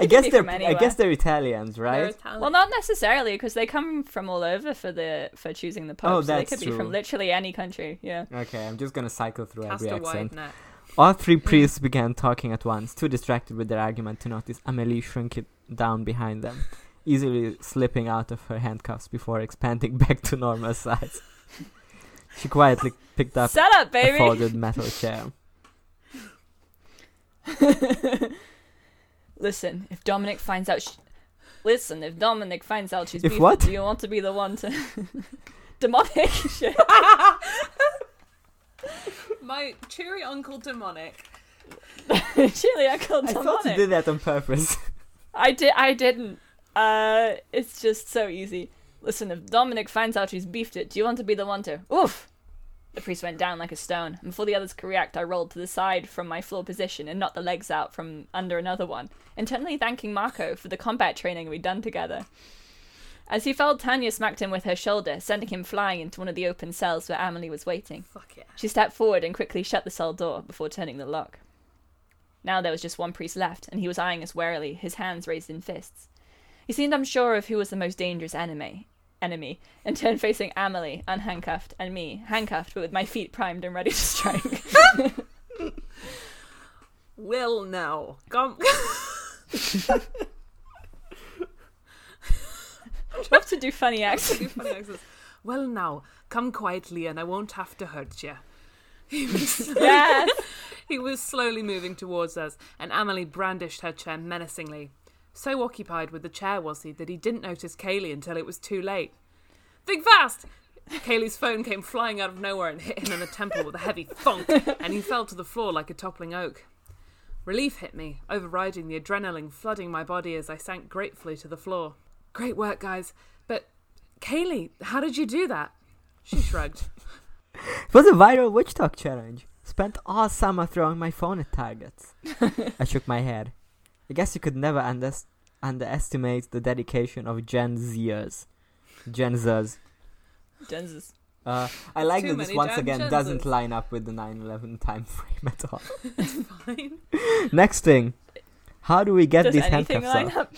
S3: I guess
S2: be
S3: they're
S2: from
S3: I
S2: anywhere.
S3: guess they're Italians, right?
S2: not necessarily, because they come from all over for the for choosing the pope.
S3: Oh,
S2: so they
S3: that's
S2: could be
S3: true.
S2: from literally any country. Yeah.
S3: Okay, I'm just gonna cycle through
S1: Cast
S3: every
S1: a
S3: accent.
S1: wide net.
S3: All three priests began talking at once, too distracted with their argument to notice Amelie shrink it down behind them, easily slipping out of her handcuffs before expanding <laughs> back to normal size. She quietly picked up
S2: Set up,
S3: a
S2: baby.
S3: folded metal chair.
S2: <laughs> Listen, if Dominic finds out, sh listen, if Dominic finds out she's
S3: If
S2: beefed,
S3: what?
S2: do you want to be the one to <laughs> demonic? <laughs> Shit.
S1: My cheery uncle demonic.
S2: Chili, I called
S3: I
S2: "Oh, demonic.
S3: thought you did that on purpose. <laughs>
S2: I did. I didn't. Uh, it's just so easy. Listen, if Dominic finds out he's beefed it, do you want to be the one to? Oof! The priest went down like a stone, and before the others could react, I rolled to the side from my floor position and knocked the legs out from under another one, internally thanking Marco for the combat training we'd done together. As he fell, Tanya smacked him with her shoulder, sending him flying into one of the open cells where Amelie was waiting.
S1: Fuck yeah.
S2: She stepped forward and quickly shut the cell door before turning the lock. Now there was just one priest left, and he was eyeing us warily, his hands raised in fists. He seemed unsure of who was the most dangerous enemy, enemy, and turned facing Amelie, unhandcuffed, and me, handcuffed, but with my feet primed and ready to strike.
S1: Will now. Come. <laughs>
S2: I love to do funny acts.
S1: Do funny accents. Well now, come quietly and I won't have to hurt you. <laughs> He was,
S2: Yes.
S1: he was slowly moving towards us, and Amelie brandished her chair menacingly. So occupied with the chair was he that he didn't notice Kaylee until it was too late. Think fast! Kaylee's phone came flying out of nowhere and hit him in the temple with a heavy thunk, and he fell to the floor like a toppling oak. Relief hit me, overriding the adrenaline flooding my body as I sank gratefully to the floor. Great work, guys. But, Kaylee, how did you do that? She shrugged.
S3: It was a viral witch talk challenge. Spent all summer throwing my phone at targets. I shook my head. I guess you could never unders- underestimate the dedication of Gen Zers. Gen Zers.
S2: Denzes.
S3: Uh, I like
S1: Too
S3: that this
S1: many
S3: once
S1: Gen-
S3: again
S1: Gen
S3: doesn't
S1: Zers.
S3: line up with the 9/11 time frame at all. <laughs>
S1: <laughs> Fine.
S3: Next thing, how do we get
S2: Does
S3: these
S2: anything
S3: handcuffs
S2: line
S3: off?
S2: up?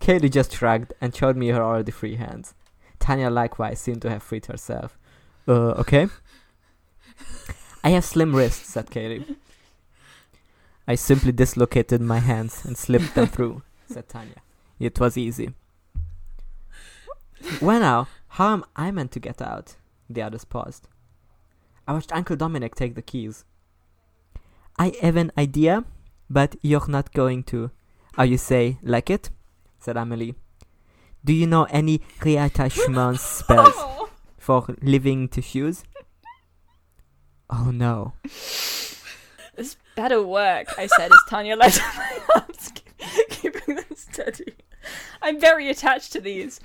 S3: Kaylee just shrugged and showed me her already free hands. Tanya likewise seemed to have freed herself. Uh, okay. I have slim wrists, said Kaylee. I simply dislocated my hands and slipped them through, said Tanya. It was easy. Well, now, how am I meant to get out? The others paused. I watched Uncle Dominic take the keys. I have an idea, but you're not going to. Are you say like it? said Amelie. Do you know any reattachment spells
S2: Oh.
S3: for living tissues? Oh no.
S2: This better work, I said as Tanya led <laughs> my arms, keeping them steady. I'm very attached to these.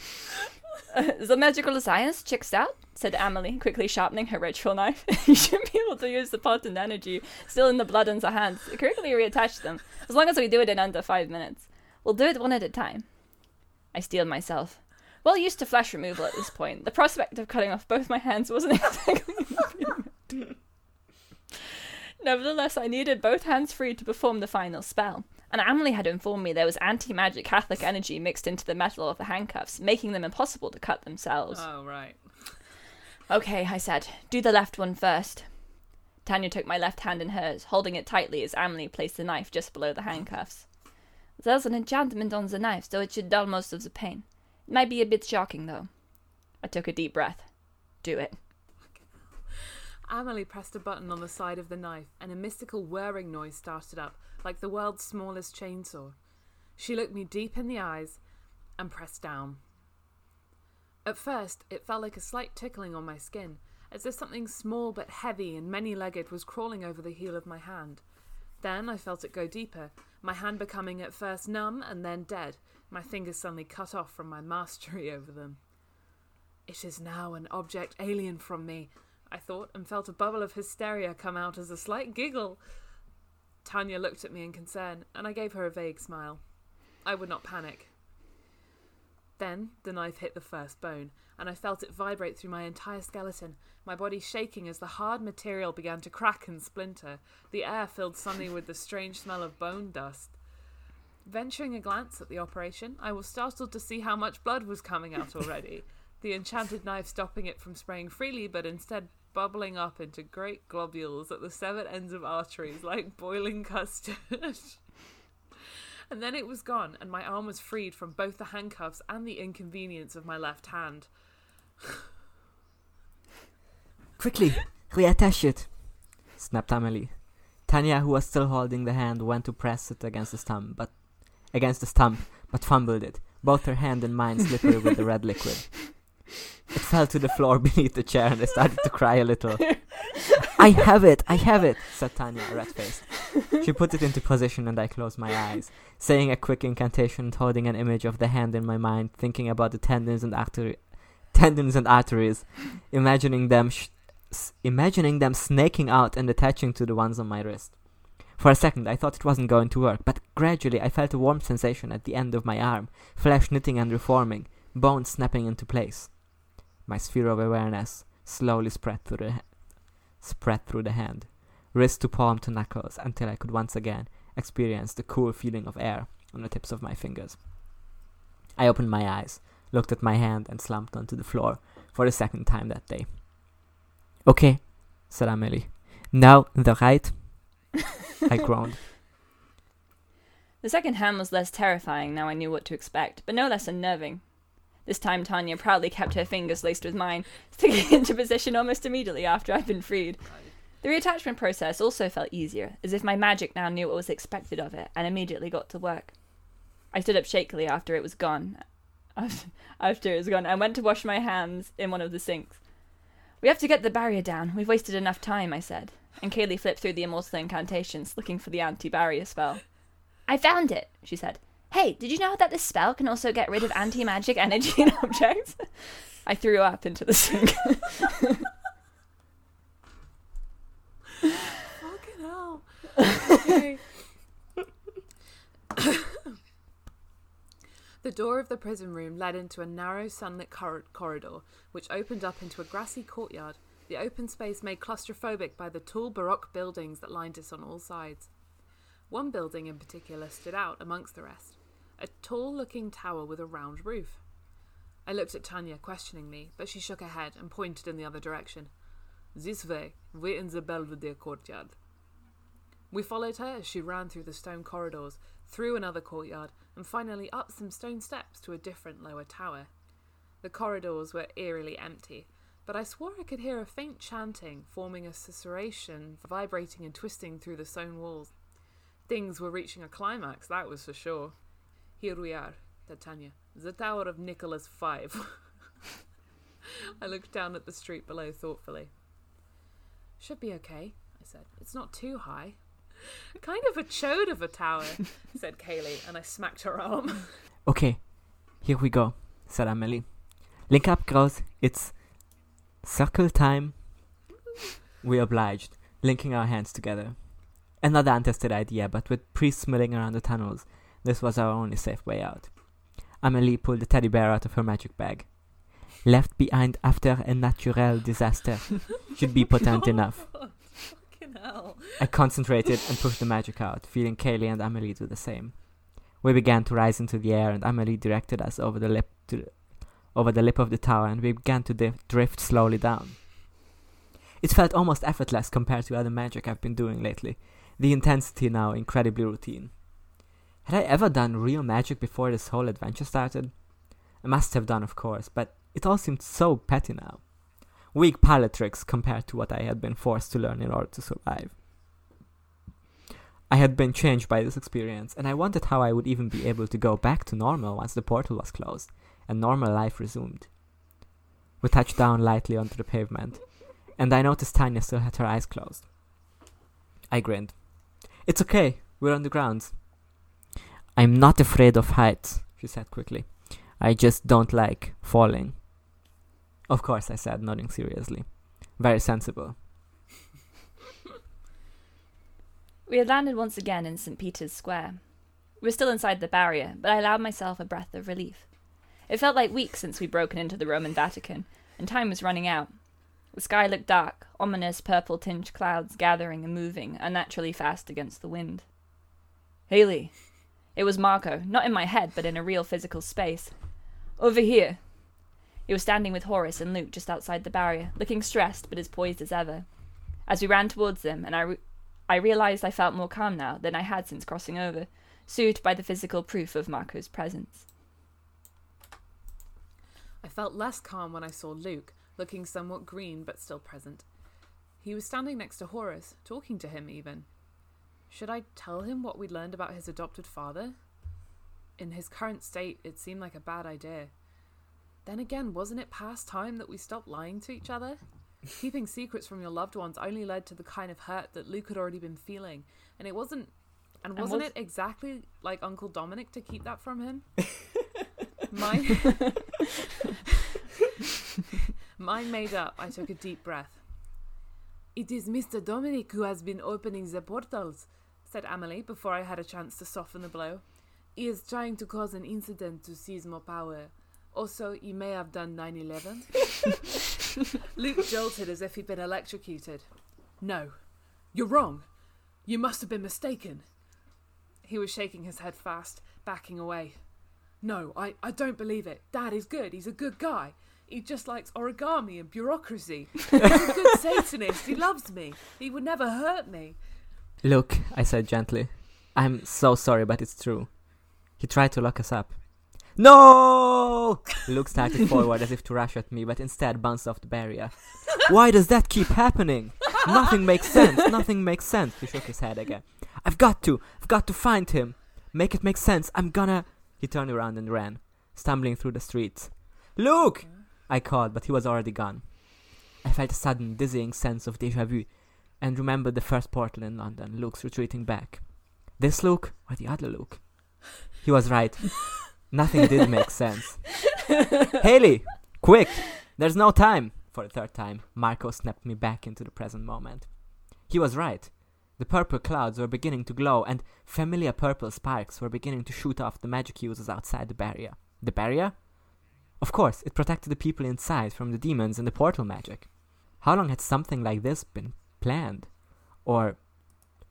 S2: Uh, the magical science checks out, said Amelie, quickly sharpening her ritual knife. <laughs> you should be able to use the potent energy still in the blood in the hands. Quickly reattach them, as long as we do it in under five minutes. We'll do it one at a time. I steeled myself. Well used to flash removal at this point, the prospect of cutting off both my hands wasn't <laughs> exactly <laughs> Nevertheless, I needed both hands free to perform the final spell, and Amelie had informed me there was anti magic Catholic energy mixed into the metal of the handcuffs, making them impossible to cut themselves.
S1: Oh, right.
S2: Okay, I said, do the left one first. Tanya took my left hand in hers, holding it tightly as Amelie placed the knife just below the handcuffs. There's an enchantment on the knife, so it should dull most of the pain. It might be a bit shocking, though. I took a deep breath. Do it.
S1: Amelie pressed a button on the side of the knife, and a mystical whirring noise started up, like the world's smallest chainsaw. She looked me deep in the eyes and pressed down. At first, it felt like a slight tickling on my skin, as if something small but heavy and many legged was crawling over the heel of my hand. Then I felt it go deeper, my hand becoming at first numb and then dead, my fingers suddenly cut off from my mastery over them. It is now an object alien from me, I thought, and felt a bubble of hysteria come out as a slight giggle. Tanya looked at me in concern, and I gave her a vague smile. I would not panic. Then the knife hit the first bone, and I felt it vibrate through my entire skeleton, my body shaking as the hard material began to crack and splinter, the air filled suddenly with the strange smell of bone dust. Venturing a glance at the operation, I was startled to see how much blood was coming out already, the enchanted knife stopping it from spraying freely, but instead bubbling up into great globules at the severed ends of arteries like boiling custard. <laughs> and then it was gone, and my arm was freed from both the handcuffs and the inconvenience of my left hand.
S3: Quickly, reattach it, snapped Amelie. Tanya, who was still holding the hand, went to press it against the stump, but against the stump, but fumbled it. Both her hand and mine slippery with the red liquid. It fell to the floor <laughs> beneath the chair, and I started to cry a little. I have it, I have it, said Tanya, red faced. She put it into position, and I closed my eyes, saying a quick incantation and holding an image of the hand in my mind, thinking about the tendons and artery, tendons and arteries, imagining them sh- s- imagining them snaking out and attaching to the ones on my wrist. For a second, I thought it wasn't going to work, but gradually I felt a warm sensation at the end of my arm, flesh knitting and reforming, bones snapping into place. My sphere of awareness slowly spread through the ha- spread through the hand, wrist to palm to knuckles, until I could once again experience the cool feeling of air on the tips of my fingers. I opened my eyes, looked at my hand, and slumped onto the floor for the second time that day. Okay, said Amelie. Now the right. I groaned.
S2: The second hand was less terrifying now I knew what to expect, but no less unnerving. This time Tanya proudly kept her fingers laced with mine, <laughs> sticking it into position almost immediately after I'd been freed. The reattachment process also felt easier, as if my magic now knew what was expected of it and immediately got to work. I stood up shakily after it was gone. <laughs> After, after it was gone, and went to wash my hands in one of the sinks. We have to get the barrier down. We've wasted enough time, I said. and Kaylee flipped through the immortal incantations, looking for the anti-barrier spell. I found it, she said. Hey, did you know that this spell can also get rid of anti-magic energy in <laughs> objects? I threw up into the sink.
S1: Fucking hell. Okay. the door of the prison room led into a narrow sunlit cor- corridor, which opened up into a grassy courtyard. The open space made claustrophobic by the tall Baroque buildings that lined it on all sides. One building in particular stood out amongst the rest a tall looking tower with a round roof. I looked at Tanya questioningly, but she shook her head and pointed in the other direction. This way, we're in the Belvedere courtyard. We followed her as she ran through the stone corridors, through another courtyard, and finally up some stone steps to a different lower tower. The corridors were eerily empty, but I swore I could hear a faint chanting forming a susurration vibrating and twisting through the stone walls. Things were reaching a climax, that was for sure. Here we are, said Tanya. The Tower of Nicholas V. <laughs> I looked down at the street below thoughtfully. Should be okay, I said. It's not too high. Kind of a chode of a tower, <laughs> said Kaylee, and I smacked her arm. <laughs>
S3: Okay, here we go, said Amelie. Link up, girls. It's circle time. We obliged, linking our hands together. Another untested idea, but with priests milling around the tunnels, this was our only safe way out. Amelie pulled the teddy bear out of her magic bag. Left behind after a natural disaster should be potent enough.
S1: Fucking hell.
S3: I concentrated and pushed the magic out, feeling Kaylee and Amelie do the same. We began to rise into the air, and Amelie directed us over the lip to, over the lip of the tower, and we began to dif- drift slowly down. It felt almost effortless compared to other magic I've been doing lately. The intensity now incredibly routine. Had I ever done real magic before this whole adventure started? I must have done, of course, but it all seemed so petty now. Weak pilot tricks compared to what I had been forced to learn in order to survive. I had been changed by this experience, and I wondered how I would even be able to go back to normal once the portal was closed and normal life resumed. We touched down lightly onto the pavement, and I noticed Tanya still had her eyes closed. I grinned. It's okay, we're on the grounds. I'm not afraid of heights, she said quickly. I just don't like falling. Of course, I said, nodding seriously. Very sensible.
S2: We had landed once again in St. Peter's Square. We were still inside the barrier, but I allowed myself a breath of relief. It felt like weeks since we'd broken into the Roman Vatican, and time was running out. The sky looked dark, ominous purple tinged clouds gathering and moving unnaturally fast against the wind. Haley! It was Marco, not in my head, but in a real physical space. Over here! He was standing with Horace and Luke just outside the barrier, looking stressed but as poised as ever. As we ran towards them, and I, re- I realized I felt more calm now than I had since crossing over, soothed by the physical proof of Marco's presence.
S1: I felt less calm when I saw Luke, looking somewhat green but still present. He was standing next to Horace, talking to him even. Should I tell him what we'd learned about his adopted father? In his current state, it seemed like a bad idea. Then again, wasn't it past time that we stopped lying to each other? Keeping secrets from your loved ones only led to the kind of hurt that Luke had already been feeling, and it wasn't. And wasn't
S2: was-
S1: it exactly like Uncle Dominic to keep that from him? Mine, <laughs> mine made up. I took a deep breath. It is Mr. Dominic who has been opening the portals, said Amelie before I had a chance to soften the blow. He is trying to cause an incident to seize more power. Also, he may have done 9 11. Luke jolted as if he'd been electrocuted. No, you're wrong. You must have been mistaken. He was shaking his head fast, backing away. No, I, I don't believe it. Dad is good. He's a good guy. He just likes origami and bureaucracy. He's a good Satanist. He loves me. He would never hurt me.
S3: Look, I said gently. I'm so sorry, but it's true. He tried to lock us up. No! Luke started forward as if to rush at me, but instead bounced off the barrier. Why does that keep happening? Nothing makes sense. Nothing makes sense. He shook his head again. I've got to. I've got to find him. Make it make sense. I'm gonna. He turned around and ran, stumbling through the streets. Luke! I called, but he was already gone. I felt a sudden, dizzying sense of deja vu. and remember the first portal in London, Luke's retreating back. This Luke or the other Luke? He was right. Nothing did make sense. Haley, quick! There's no time! For the third time, Marco snapped me back into the present moment. He was right. The purple clouds were beginning to glow, and familiar purple sparks were beginning to shoot off the magic users outside the barrier. The barrier? Of course, it protected the people inside from the demons and the portal magic. How long had something like this been planned? Or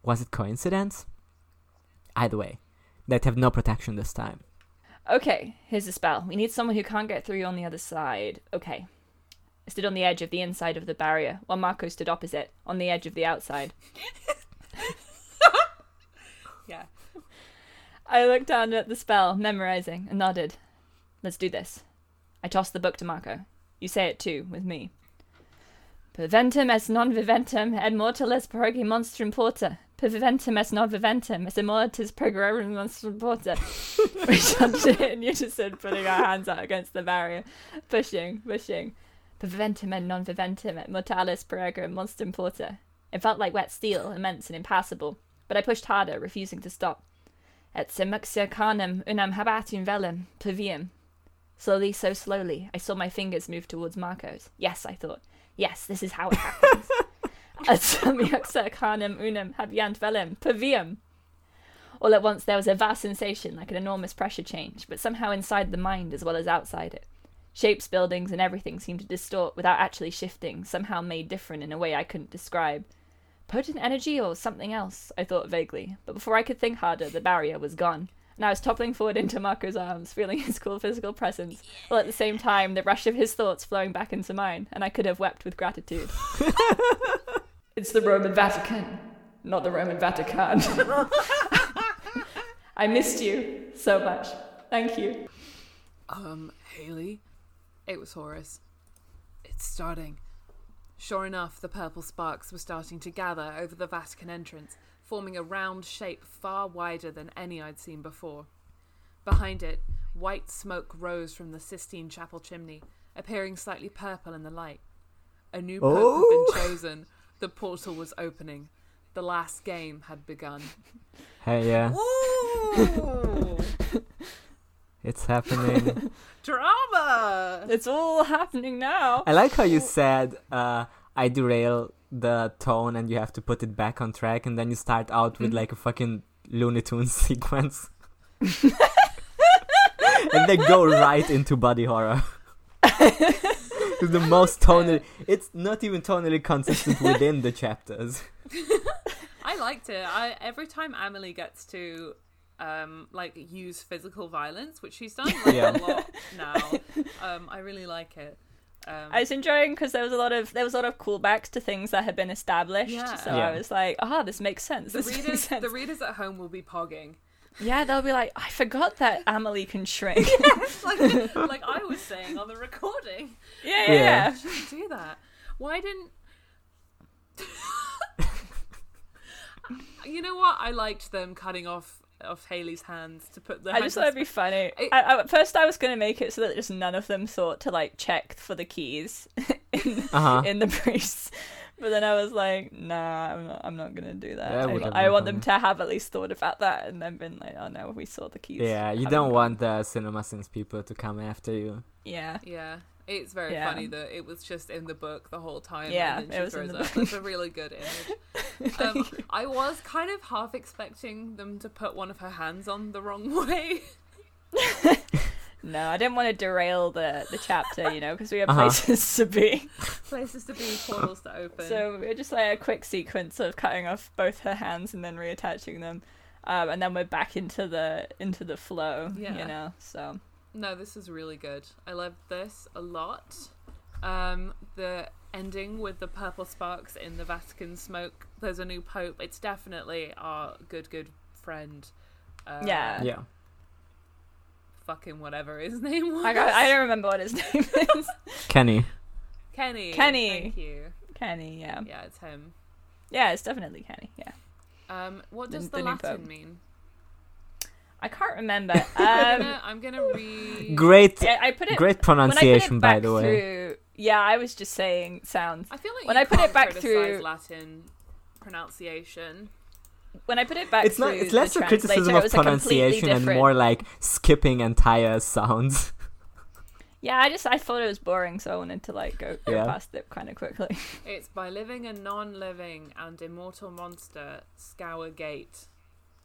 S3: was it coincidence? Either way, they'd have no protection this time.
S2: Okay, here's the spell. We need someone who can't get through on the other side. Okay. I stood on the edge of the inside of the barrier, while Marco stood opposite, on the edge of the outside.
S1: Yeah.
S2: I looked down at the spell, memorizing, and nodded. Let's do this. I tossed the book to Marco. You say it too, with me. Perventum est non viventum, ad mortalis progi monstrum porta. Perventum est non viventum, as immortis progerum monstrum porta. we chanted it in unison, putting our hands out against the barrier, pushing, pushing. Perventum et non viventum, et mortalis progerum monstrum porta. It felt like wet steel, immense and impassable, but I pushed harder, refusing to stop. Et semuxia carnem unam habatum velum, pervium. Slowly, so slowly, I saw my fingers move towards Marco's. Yes, I thought. Yes, this is how it happens. Et semuxia carnem unam habiant velum, pervium. All at once, there was a vast sensation, like an enormous pressure change, but somehow inside the mind as well as outside it. Shapes, buildings, and everything seemed to distort without actually shifting, somehow made different in a way I couldn't describe. Potent energy or something else, I thought vaguely, but before I could think harder, the barrier was gone, and I was toppling forward into Marco's arms, feeling <laughs> his cool physical presence, while at the same time the rush of his thoughts flowing back into mine, and I could have wept with gratitude. it's the Roman Vatican, not the Roman Vatican. <laughs> I missed you so much. Thank you.
S1: Um, Haley, it was Horus. It's starting. Sure enough, the purple sparks were starting to gather over the Vatican entrance, forming a round shape far wider than any I'd seen before. Behind it, white smoke rose from the Sistine Chapel chimney, appearing slightly purple in the light. A new pope
S3: Oh. <laughs>
S1: had been chosen. The portal was opening. The last game had begun.
S3: Hey, yeah, <laughs>
S1: Ooh!
S3: it's happening.
S1: Drama!
S2: It's all happening now.
S3: I like how you said uh, I derail the tone and you have to put it back on track, and then you start out
S2: Mm-hmm.
S3: with like a fucking Looney Tunes <laughs> sequence. and they go right into body horror. <laughs> it's the most tonally. It's not even tonally consistent within the chapters.
S1: I liked it. I every time Amelie gets to um like use physical violence, which she's done like,
S3: Yeah.
S1: a lot now. Um I really like it. Um
S2: I was enjoying because there was a lot of there was a lot of callbacks to things that had been established.
S1: Yeah.
S2: So
S3: Yeah.
S2: I was like, ah, this makes sense.
S1: the
S2: This makes
S1: readers
S2: sense.
S1: the readers at home will be
S2: <laughs>
S1: pogging.
S2: yeah, they'll be like, I forgot that Amelie can <laughs> shrink.
S1: Like like I was saying on the recording.
S2: yeah,
S3: Yeah.
S2: yeah, yeah.
S1: Shouldn't do that. Why
S2: <laughs>
S1: didn't You know what? I liked them cutting off off Haley's hands to put the
S2: I just thought it'd be funny.
S1: I-
S2: I, I, at first, I was gonna make it so that just none of them thought to like check for the keys <laughs> in,
S3: Uh huh.
S2: in the <laughs> priests, but then I was like, nah, I'm not, I'm not gonna do that.
S3: That
S2: I,
S3: would have
S2: I
S3: been
S2: want them to have at least thought about that and then been like, oh no, we saw the keys. Um,
S3: Yeah, you
S2: Haven't
S3: don't
S2: gone.
S3: want the cinema sins people to come after you.
S2: Yeah.
S1: Yeah. It's very
S2: Yeah.
S1: funny that it was just in the book the whole time.
S2: Yeah,
S1: and then
S2: it
S1: she
S2: was in
S1: throws
S2: the
S1: it up.
S2: book.
S1: That's a really good
S2: <laughs>
S1: image. Um, I was kind of half expecting them to put one of her hands on the wrong <laughs> way.
S2: No, I didn't want to derail the, the chapter, you know, because we had
S3: Uh-huh.
S2: places to be.
S1: Places to <laughs> be, portals to open.
S2: So we were just like a quick sequence of cutting off both her hands and then reattaching them, um, and then we're back into the into the flow,
S1: Yeah.
S2: you know. So
S1: no, this is really good. I love this a lot. Um, the ending with the purple sparks in the Vatican smoke. There's a new pope. It's definitely our good, good friend. Uh,
S2: Yeah.
S3: Yeah.
S1: Fucking whatever his <laughs> name was.
S2: I got, I don't remember what his <laughs> name is.
S3: Kenny.
S1: Kenny.
S2: Kenny. Um,
S1: Thank you.
S2: Kenny, yeah,
S1: Yeah, it's him.
S2: yeah, it's definitely Kenny. Yeah,
S1: Um, what
S2: The-
S1: does the,
S2: the new
S1: Latin
S2: pope.
S1: mean?
S2: I can't
S3: <laughs>
S2: remember. Um,
S1: I'm <laughs>
S2: I,
S1: gonna, I'm
S2: <laughs>
S1: gonna read.
S3: Great
S2: I put it when I
S3: great
S2: put it
S3: pronunciation by
S2: back
S3: the way.
S2: Through, yeah, I was just saying sounds.
S1: I feel like
S2: when
S1: you
S2: I put
S1: can't
S2: it back
S1: criticize
S2: through-
S1: Latin pronunciation.
S2: When I put it back,
S3: it's not.
S2: through
S3: It's less
S2: the
S3: a criticism
S2: translator, it
S3: of
S2: was a completely
S3: pronunciation and
S2: different-
S3: more like skipping
S2: <laughs>
S3: entire sounds.
S2: Yeah, I just I thought it was boring, so I wanted to like go, go
S3: Yeah.
S2: past it kind of quickly. <laughs>
S1: It's by living and non-living and immortal monster Scour Gate.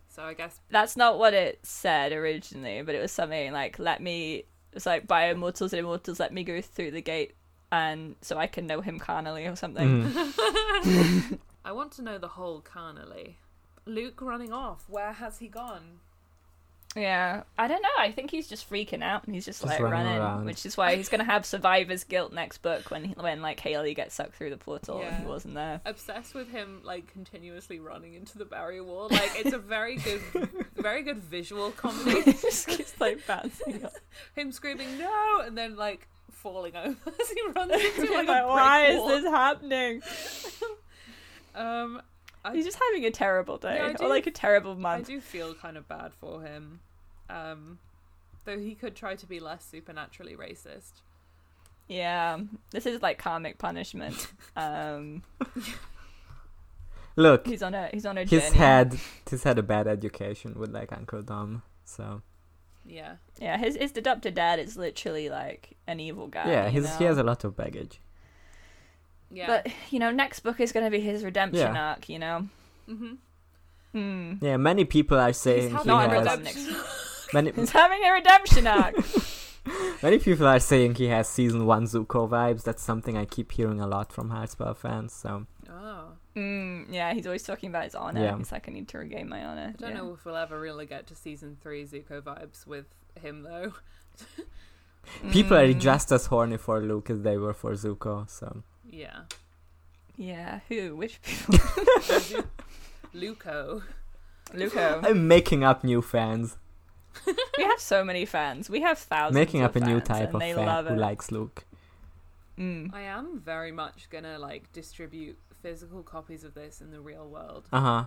S1: So I guess
S2: That's not what it said originally, but it was something like "Let me." It was like by immortals and immortals, let me go through the gate, and so I can know him carnally or something.
S3: Mm.
S1: I want to know the whole carnally. Luke running off. Where has he gone?
S2: Yeah, I don't know. I think he's just freaking out and he's just,
S3: Mm-hmm. Just
S2: like
S3: running
S2: running,
S3: around.
S2: which is why he's gonna have survivor's guilt next book when when like Haley gets sucked through the portal and he
S1: Yeah.
S2: wasn't there.
S1: Obsessed with him, like continuously running into the barrier wall. Like it's a very
S2: <laughs>
S1: good, very good visual comedy.
S2: just keeps like bouncing. <laughs> Up.
S1: Him screaming no, and then like falling <laughs> over as he
S2: <laughs>
S1: runs into like,
S2: like,
S1: a
S2: why
S1: brick
S2: is
S1: wall.
S2: this happening?
S1: Um, I-
S2: He's just having a terrible day
S1: Yeah, I do-
S2: or like a terrible
S1: I
S2: month.
S1: do feel kind of bad for him. Um, though he could try to be less supernaturally racist.
S2: Yeah, this is like karmic <laughs> punishment. Um, <laughs>
S3: Look,
S2: he's on a he's on a
S3: he's
S2: journey.
S3: had he's had a bad education with like Uncle Dom. So
S1: Yeah.
S2: Yeah, his his adopted dad is literally like an evil guy.
S3: yeah,
S2: you
S3: he's he
S2: know?
S3: has a lot of baggage.
S1: Yeah.
S2: But you know, next book is going to be his redemption
S3: Yeah.
S2: arc. You know.
S1: hmm
S2: Hmm.
S3: Yeah, many people are saying
S1: had
S2: Not
S3: he
S1: Not
S2: in
S1: a
S3: has
S2: redemption.
S1: redemption.
S2: <laughs>
S3: many
S2: He's having a redemption arc. <laughs>
S3: many people are saying he has season one Zuko vibes. That's something I keep hearing a lot from Heartspell fans. So
S1: Oh,
S2: mm, yeah, he's always talking about his honor.
S3: Yeah.
S2: He's like, I need to regain my honor.
S1: I don't know if we'll ever really get to season three Zuko vibes with him though.
S3: people
S2: Hmm. Mm.
S3: are just as horny for Luke as they were for Zuko. So
S1: Yeah.
S2: Yeah, who? Which people?
S1: Zu- Luco.
S2: <laughs> Luco.
S3: I'm making up new fans,
S2: we have so many fans. We have thousands.
S3: making
S2: of
S3: up a new
S2: fans,
S3: type
S2: and
S3: of
S2: they
S3: fan
S2: love
S3: who
S2: it.
S3: likes Luke.
S2: Mm.
S1: I am very much gonna like distribute physical copies of this in the real world.
S3: Uh huh.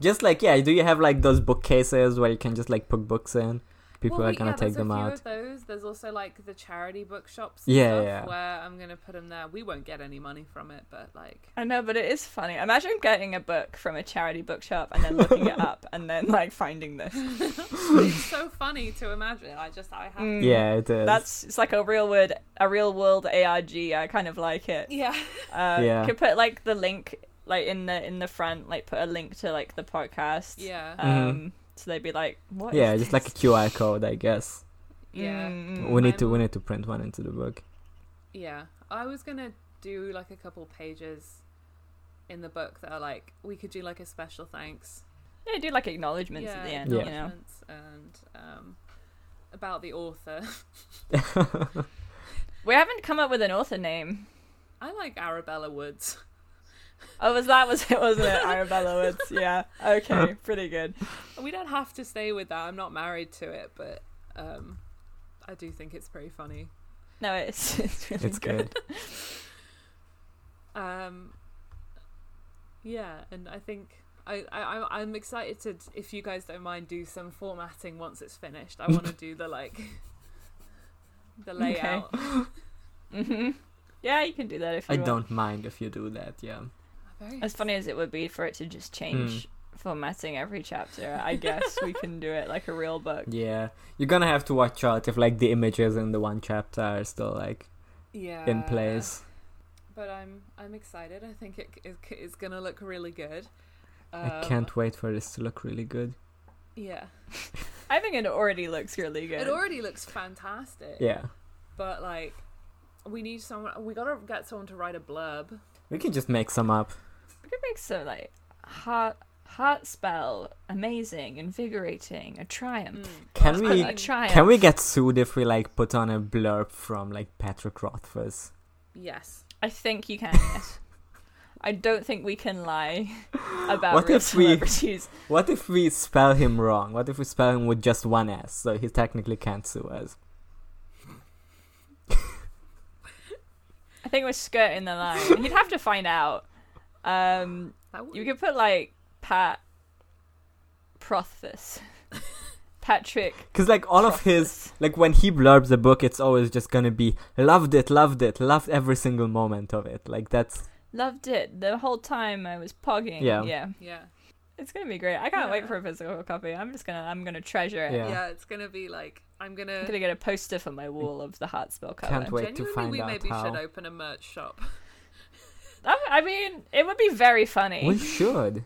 S3: Just like yeah, do you have like those bookcases where you can just like put books in? People
S1: Well,
S3: are
S1: we-
S3: gonna
S1: yeah,
S3: take
S1: there's
S3: them
S1: a few
S3: out.
S1: Of those. There's also like the charity bookshops. And
S3: Yeah,
S1: stuff
S3: yeah.
S1: Where I'm gonna put them there. We won't get any money from it, but
S3: <laughs>
S1: like,
S2: I know, but it is funny. Imagine getting a book from a charity bookshop and then looking
S3: <laughs>
S2: it up and then like finding this.
S1: it's so funny to imagine. I just I have.
S2: Mm.
S3: Yeah, it is.
S2: That's it's like a real word, a real world ARG. I kind of like it.
S1: Yeah.
S2: Uh,
S3: Yeah.
S2: Could put like the link like in the in the front, like put a link to like the podcast.
S1: Yeah.
S3: Mhm.
S2: Um, so they'd be like, "What?" is
S3: yeah, just like a
S2: this?
S3: QR code, I guess.
S1: Yeah.
S2: Mm,
S3: We need to
S1: I'm-
S3: we need to print one into the
S1: <laughs>
S3: book.
S1: Yeah, I was gonna do like a couple pages in the book that are like we could do like a special thanks.
S2: yeah, do like acknowledgements at the end,
S3: Yeah.
S2: you know.
S1: acknowledgements and um, about the author. <laughs>
S2: We haven't come up with an author name.
S1: I like Arabella Woods. <laughs>
S2: Oh, was that was it? Wasn't it Arabella Woods? Yeah.
S3: Uh-huh.
S2: Okay, pretty good.
S1: We don't have to stay with that. I'm not married to it, but um, I do think it's pretty funny.
S2: No, it's <laughs> it's really
S3: It's good.
S1: Um, yeah, and I think. I, I, I'm- I'm excited to, if you guys don't mind, do some formatting once it's finished. I want to do the like, <laughs> the layout.
S2: hmm Yeah, you can do that if you
S3: I
S2: want.
S3: don't mind if you do that. Yeah.
S1: Very
S2: As funny as it would be for it to just change
S3: Hmm.
S2: formatting every chapter, I guess we can do it like a real book.
S3: Yeah, you're gonna have to watch out if like the images in the one chapter are still like
S1: yeah
S3: in place.
S1: but i'm i'm excited i think it is it, it's gonna look really good uh, Um,
S3: I can't wait for this to look really good.
S1: yeah
S2: I think it already looks really good.
S1: it already looks fantastic
S3: Yeah,
S1: but like we need someone we gotta get someone to write a blurb
S3: we can just make some up.
S2: we could make some like heart heart spell, amazing, invigorating, a
S1: Hmm.
S2: triumph.
S3: Can
S2: A-
S3: we?
S2: a triumph.
S3: Can we get sued if we like put on a blurb from like Patrick Rothfuss?
S1: yes
S2: I think you can. Yes. I don't think we can
S3: <laughs>
S2: lie about
S3: What
S2: real
S3: if we-
S2: celebrities.
S3: What if we spell him wrong? What if we spell him with just one S, so he technically can't sue us?
S2: I think we're skirting the line. You'd have to find out. Um,
S1: that would
S2: you
S1: be
S2: could put like Pat Prothfus, Patrick.
S3: Because like all of his,
S2: Prothfus.
S3: like when he blurbs a book, it's always just gonna be loved it, loved it, loved every single moment of it. Like that's
S2: Loved it the whole time I was pogging.
S3: Yeah.
S2: yeah.
S1: Yeah.
S2: It's gonna be great. I can't wait
S1: Yeah.
S2: for a physical copy. I'm just gonna I'm gonna treasure it.
S1: Yeah,
S3: Yeah.
S1: it's gonna be like I'm gonna.
S2: I'm gonna get a poster for my wall of the Heartspell cover.
S3: Can't wait to
S1: genuinely,
S3: find
S1: we
S3: out
S1: maybe
S3: how.
S1: should open a merch shop.
S2: I, I mean, it would be very funny.
S3: We should.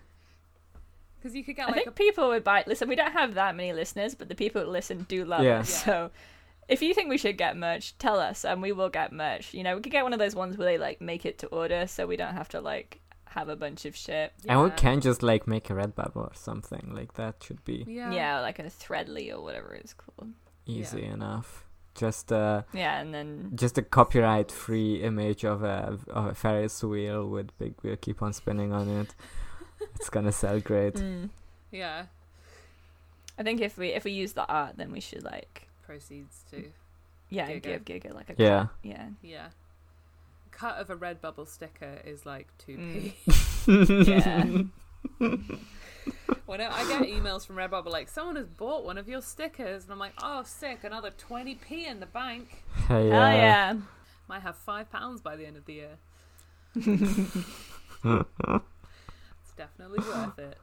S1: Because you could get
S2: I
S1: like
S2: think people would buy. Listen, we don't have that many listeners, but the people who listen do love
S3: Yeah.
S2: us.
S1: Yeah.
S2: So, if you think we should get merch, tell us, and we will get merch. You know, we could get one of those ones where they like make it to order, so we don't have to like have a bunch of shit.
S1: a.
S3: And we can just like make a red bubble or something. Like that should be
S1: Yeah.
S2: Yeah, like a Threadly or whatever it's called.
S3: easy enough. Just uh
S2: Yeah, and then
S3: just a copyright free image of a of a Ferris wheel with big wheel keep on spinning on it. it's gonna sell great.
S2: <laughs> Mm.
S1: Yeah.
S2: I think if we if we use the art, then we should like
S1: Proceeds to.
S2: yeah
S1: Giga.
S2: give Giga like a
S3: Yeah.
S2: cut.
S3: <laughs>
S2: yeah
S1: Yeah. Cut of a red bubble sticker is like two p.
S2: yeah.
S1: <laughs> when I, I get emails from Redbubble like someone has bought one of your stickers, and I'm like, oh, sick, another twenty p in the bank.
S3: Hell
S2: Hell yeah.
S1: Might have five pounds by the end of the year. it's
S3: <laughs>
S1: definitely worth it.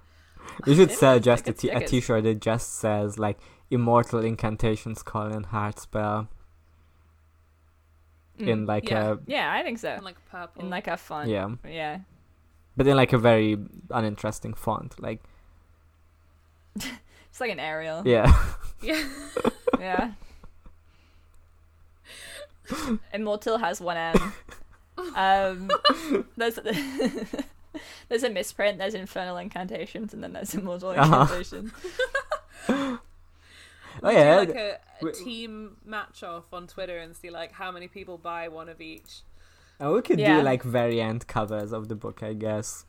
S3: You should
S2: Maybe
S3: sell
S2: it's
S3: just
S2: like
S3: a
S2: a
S3: t- a
S2: ticket.
S3: t-shirt that just says like immortal incantations Colin Heartspell in
S2: Mm.
S3: like
S1: Yeah.
S2: <laughs> yeah, I think so.
S1: And like purple.
S2: In like a
S3: a
S2: fun
S3: yeah,
S2: yeah.
S3: but in like a very uninteresting font. Like
S2: It's like an aerial.
S3: yeah, <laughs>
S1: yeah.
S2: Yeah. Immortal has one M. Um, there's <laughs> there's a misprint. There's infernal incantations, and then there's immortal
S3: Uh-huh.
S2: incantations.
S3: oh
S1: We
S3: yeah,
S1: do like a, a
S3: we-
S1: team match off on Twitter and see like how many people buy one of each.
S3: and we could
S2: Yeah.
S3: do like variant covers of the book, I guess.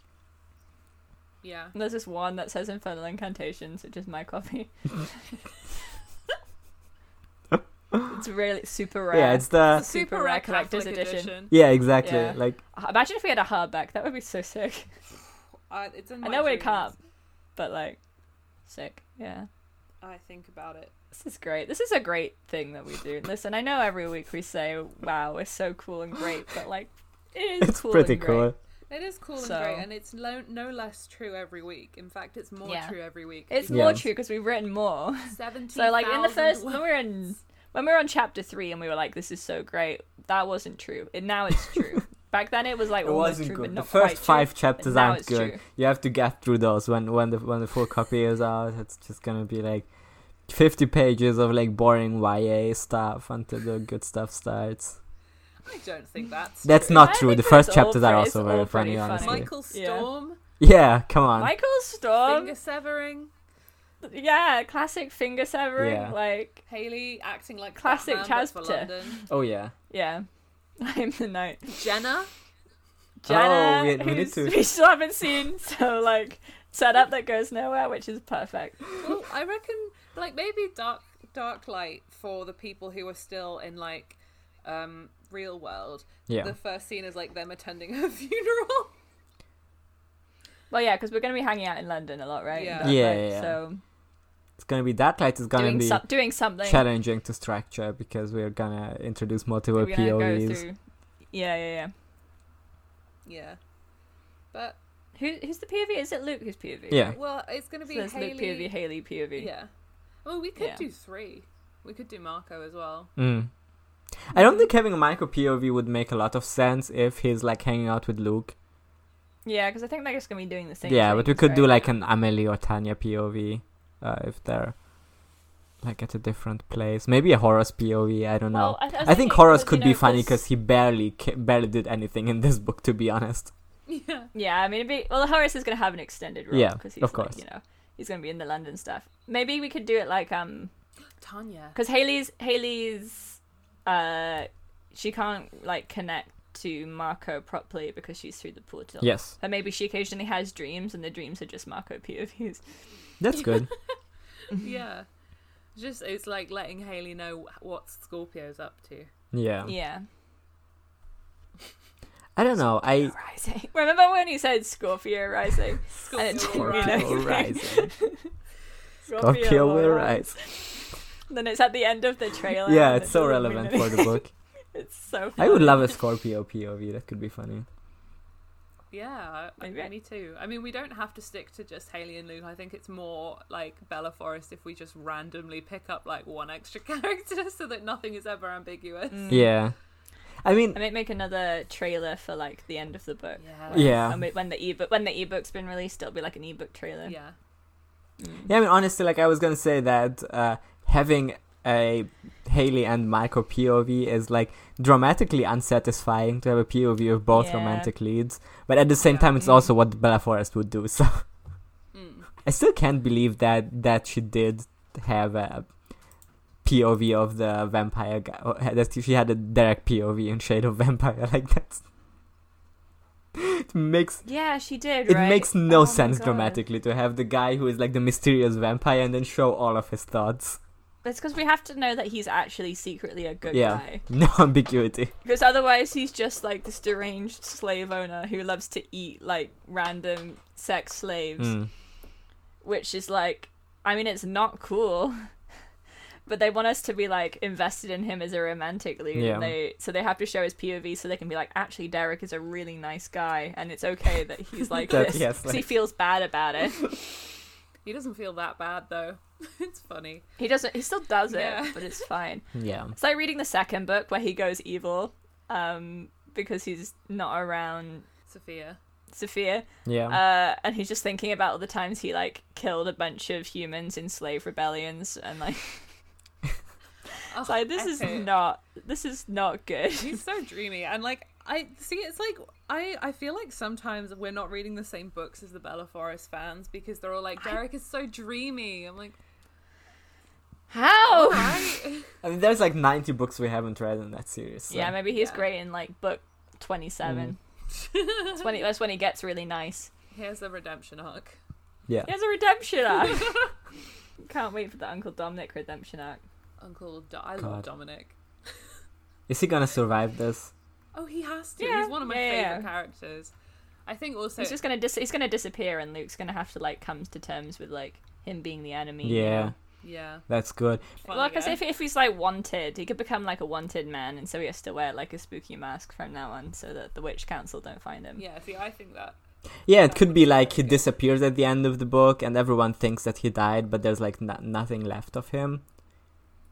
S1: Yeah.
S2: And there's this one that says infernal incantations, which is my copy. it's really super rare.
S3: Yeah, it's the
S2: Super rare collector's
S1: Catholic
S2: edition.
S3: yeah exactly
S2: Yeah.
S3: like
S2: Imagine if we had a hardback. That would be so sick.
S1: Uh, it's in
S2: I
S1: my
S2: know we
S1: dreams.
S2: can't, but like, sick. Yeah.
S1: I think about it.
S2: This is great. This is a great thing that we do. Listen, I know every week we say, "Wow, we're so cool and great," but like, it is
S3: it's
S2: cool
S3: pretty
S2: and great.
S3: cool.
S1: It is cool
S2: So-
S1: and great, and it's lo- no less true every week. In fact, it's more
S2: Yeah.
S1: true every week.
S2: It's
S3: Yeah.
S2: more true because we've written more.
S1: seventeen.
S2: So like in the first <laughs> when we were in when we were on chapter three and we were like, "This is so great," that wasn't true. It now it's
S3: <laughs>
S2: true. Back then it was like
S3: It
S2: almost
S3: wasn't
S2: true, but
S3: good. The
S2: not
S3: first
S2: quite
S3: five
S2: true.
S3: chapters
S2: now
S3: aren't
S2: it's
S3: good.
S2: true.
S3: You have to get through those when when the when the full copy is out. It's just gonna be like fifty pages of like boring YA stuff until the good stuff starts.
S1: I don't think that's
S3: That's
S1: true.
S3: not
S2: I
S3: true.
S2: think
S3: The first
S2: it's all
S3: chapters are
S2: pretty-
S3: also
S2: it's
S3: very
S2: all
S3: funny,
S2: pretty funny.
S3: honestly.
S1: Michael
S2: Yeah. Um,
S1: Storm
S3: <laughs> Yeah, come on.
S2: Michael Storm,
S1: finger severing
S2: yeah, classic finger severing,
S3: Yeah.
S2: like
S1: Haley acting like
S2: Classic
S1: Batman, but for
S2: Chasper.
S1: London.
S3: oh yeah.
S2: yeah. <laughs> I'm the knight.
S1: Jenna.
S2: Jana,
S3: Oh, we- we need
S2: who's-
S3: to-
S2: we still haven't seen, <laughs> so like setup that goes nowhere, which is perfect.
S1: Well, I reckon like maybe dark dark light for the people who are still in like um real world.
S3: Yeah.
S1: The first scene is like them attending her <laughs> funeral.
S2: Well, yeah, because we're going to be hanging out in London a lot, right?
S1: Yeah.
S2: But,
S3: Yeah,
S2: like,
S3: yeah, yeah.
S2: So
S3: It's gonna be that light is gonna
S2: doing
S3: be
S2: so- doing something.
S3: challenging to structure because we're gonna introduce multiple
S2: we're going to go
S3: POEs.
S2: through. Yeah, yeah, yeah.
S1: Yeah. But
S2: Who, who's the POV? Is it Luke who's POV?
S3: Yeah.
S1: well, it's gonna
S2: So
S1: be
S2: there's
S1: Haley.
S2: Luke POV, Haley POV.
S1: Yeah. Well, we could
S2: Yeah.
S1: do three. We could do Marco as well. <laughs>
S3: Mm. I don't think having a Michael POV would make a lot of sense if he's like hanging out with Luke.
S2: Yeah, because I think they're just going to be doing the same
S3: yeah, but we
S2: things,
S3: could do
S2: right?
S3: like an Amelie or Tanya POV uh, if they're like at a different place. Maybe a Horace POV. I don't
S2: Well,
S3: know.
S2: I, I was
S3: I think
S2: thinking,
S3: Horace
S2: 'cause,
S3: could
S2: you
S3: be
S2: know,
S3: funny
S2: there's-
S3: because he barely ca- barely did anything in this book, to be honest.
S1: Yeah.
S2: Yeah, I mean, it'd be, well, Horace is going to have an extended role.
S3: Yeah,
S2: 'cause he's
S3: of
S2: like,
S3: course.
S2: you know, he's going to be in the London stuff. Maybe we could do it like um,
S1: Tanya.
S2: because Haley's Haley's uh she can't like connect to Marco properly because she's through the portal.
S3: Yes,
S2: But maybe she occasionally has dreams and the dreams are just Marco POVs.
S3: that's good.
S1: <laughs> yeah. Just it's like letting Haley know what Scorpio's up to.
S3: Yeah.
S2: Yeah.
S3: I don't know.
S2: <laughs>
S3: I
S2: Rising. Remember when he said Scorpio rising?
S1: Scorpio
S2: didn't
S1: will
S2: mean
S1: rise.
S2: anything.
S3: Scorpio rising.
S2: Scorpio,
S3: <laughs> Scorpio will
S2: will
S3: rise.
S2: Then it's at the end of the trailer.
S3: Yeah,
S2: and
S3: it's
S2: it
S3: so
S2: doesn't mean
S3: relevant for the
S2: anything.
S3: book.
S2: it's so
S3: I would
S2: funny.
S3: love a Scorpio POV. That could be funny.
S1: Yeah, I,
S2: Maybe I-
S1: me too. I mean, we don't have to stick to just Haley and Luke. I think it's more like Bella Forest if we just randomly pick up like one extra <laughs> character so that nothing is ever ambiguous.
S2: Mm.
S3: Yeah. I mean,
S2: I might make another trailer for like the end of the book.
S1: Yeah.
S3: yeah.
S2: And wait, when the ebook when the ebook's been released, it'll be like an ebook trailer. Mm.
S1: Yeah.
S3: Yeah, I mean, honestly, like I was gonna say that uh, having a Haley and Michael POV is like dramatically unsatisfying to have a POV of both
S2: Yeah.
S3: romantic leads, but at the same
S1: Yeah.
S3: time, it's also what Bella Forest would do. So
S1: Mm.
S3: I still can't believe that that she did have a POV of the vampire guy. or That she had a direct POV in Shade of Vampire. <laughs> Like that's it makes
S2: Yeah, she did.
S3: it
S2: right?
S3: makes no
S2: Oh my
S3: sense
S2: God.
S3: dramatically to have the guy who is like the mysterious vampire and then show all of his thoughts. <laughs>
S2: It's because we have to know that he's actually secretly a good
S3: Yeah.
S2: guy.
S3: No ambiguity.
S2: Because otherwise, he's just like this deranged slave owner who loves to eat like random sex slaves,
S3: Mm.
S2: which is like, I mean, it's not cool. <laughs> But they want us to be like invested in him as a romantic lead,
S3: Yeah.
S2: and they so they have to show his POV so they can be like, actually, Derek is a really nice guy, and it's okay that
S3: <laughs>
S2: he's like
S3: That-
S2: this
S3: yes,
S2: 'cause he
S3: like-
S2: feels bad about it.
S1: He doesn't feel that bad though. <laughs> it's funny.
S2: He doesn't. He still does it,
S1: Yeah.
S2: but it's fine.
S3: Yeah.
S2: It's like reading the second book where he goes evil, um, because he's not around
S1: Sophia.
S2: Sophia.
S3: Yeah.
S2: Uh, and he's just thinking about all the times he like killed a bunch of humans in slave rebellions, and like,
S1: Oh,
S2: it's like this is
S1: epic.
S2: not this is not good.
S1: He's so dreamy and like I see it's like I I feel like sometimes we're not reading the same books as the Bella Forest fans because they're all like Derek is so dreamy. I'm like,
S2: <laughs> How?
S1: "Alright." <laughs>
S3: I mean, there's like 90 books we haven't read in that series. so-
S2: Yeah, maybe he's
S1: Yeah.
S2: great in like book twenty-seven. <laughs> that's when he, that's when he gets really nice.
S1: Here's the redemption arc.
S3: yeah.
S2: He has a redemption arc. Can't wait for the Uncle Dominic redemption arc.
S1: Uncle Do- I love
S3: God.
S1: Dominic.
S3: Is he gonna survive this?
S1: Oh, he has to.
S2: Yeah.
S1: He's one of my
S2: Yeah, yeah,
S1: favorite characters. I think also
S2: he's just gonna dis- he's gonna disappear, and Luke's gonna have to like come to terms with like him being the enemy. you
S3: Yeah,
S2: know?
S1: yeah.
S3: that's good.
S1: fun
S2: Well, because
S1: again.
S2: if, if he's like wanted, he could become like a wanted man, and so he has to wear like a spooky mask from now on, so that the witch council don't find him.
S1: yeah, see, I think that
S3: Yeah, it could be like he disappears at the end of the book and everyone thinks that he died, but there's like no- nothing left of him.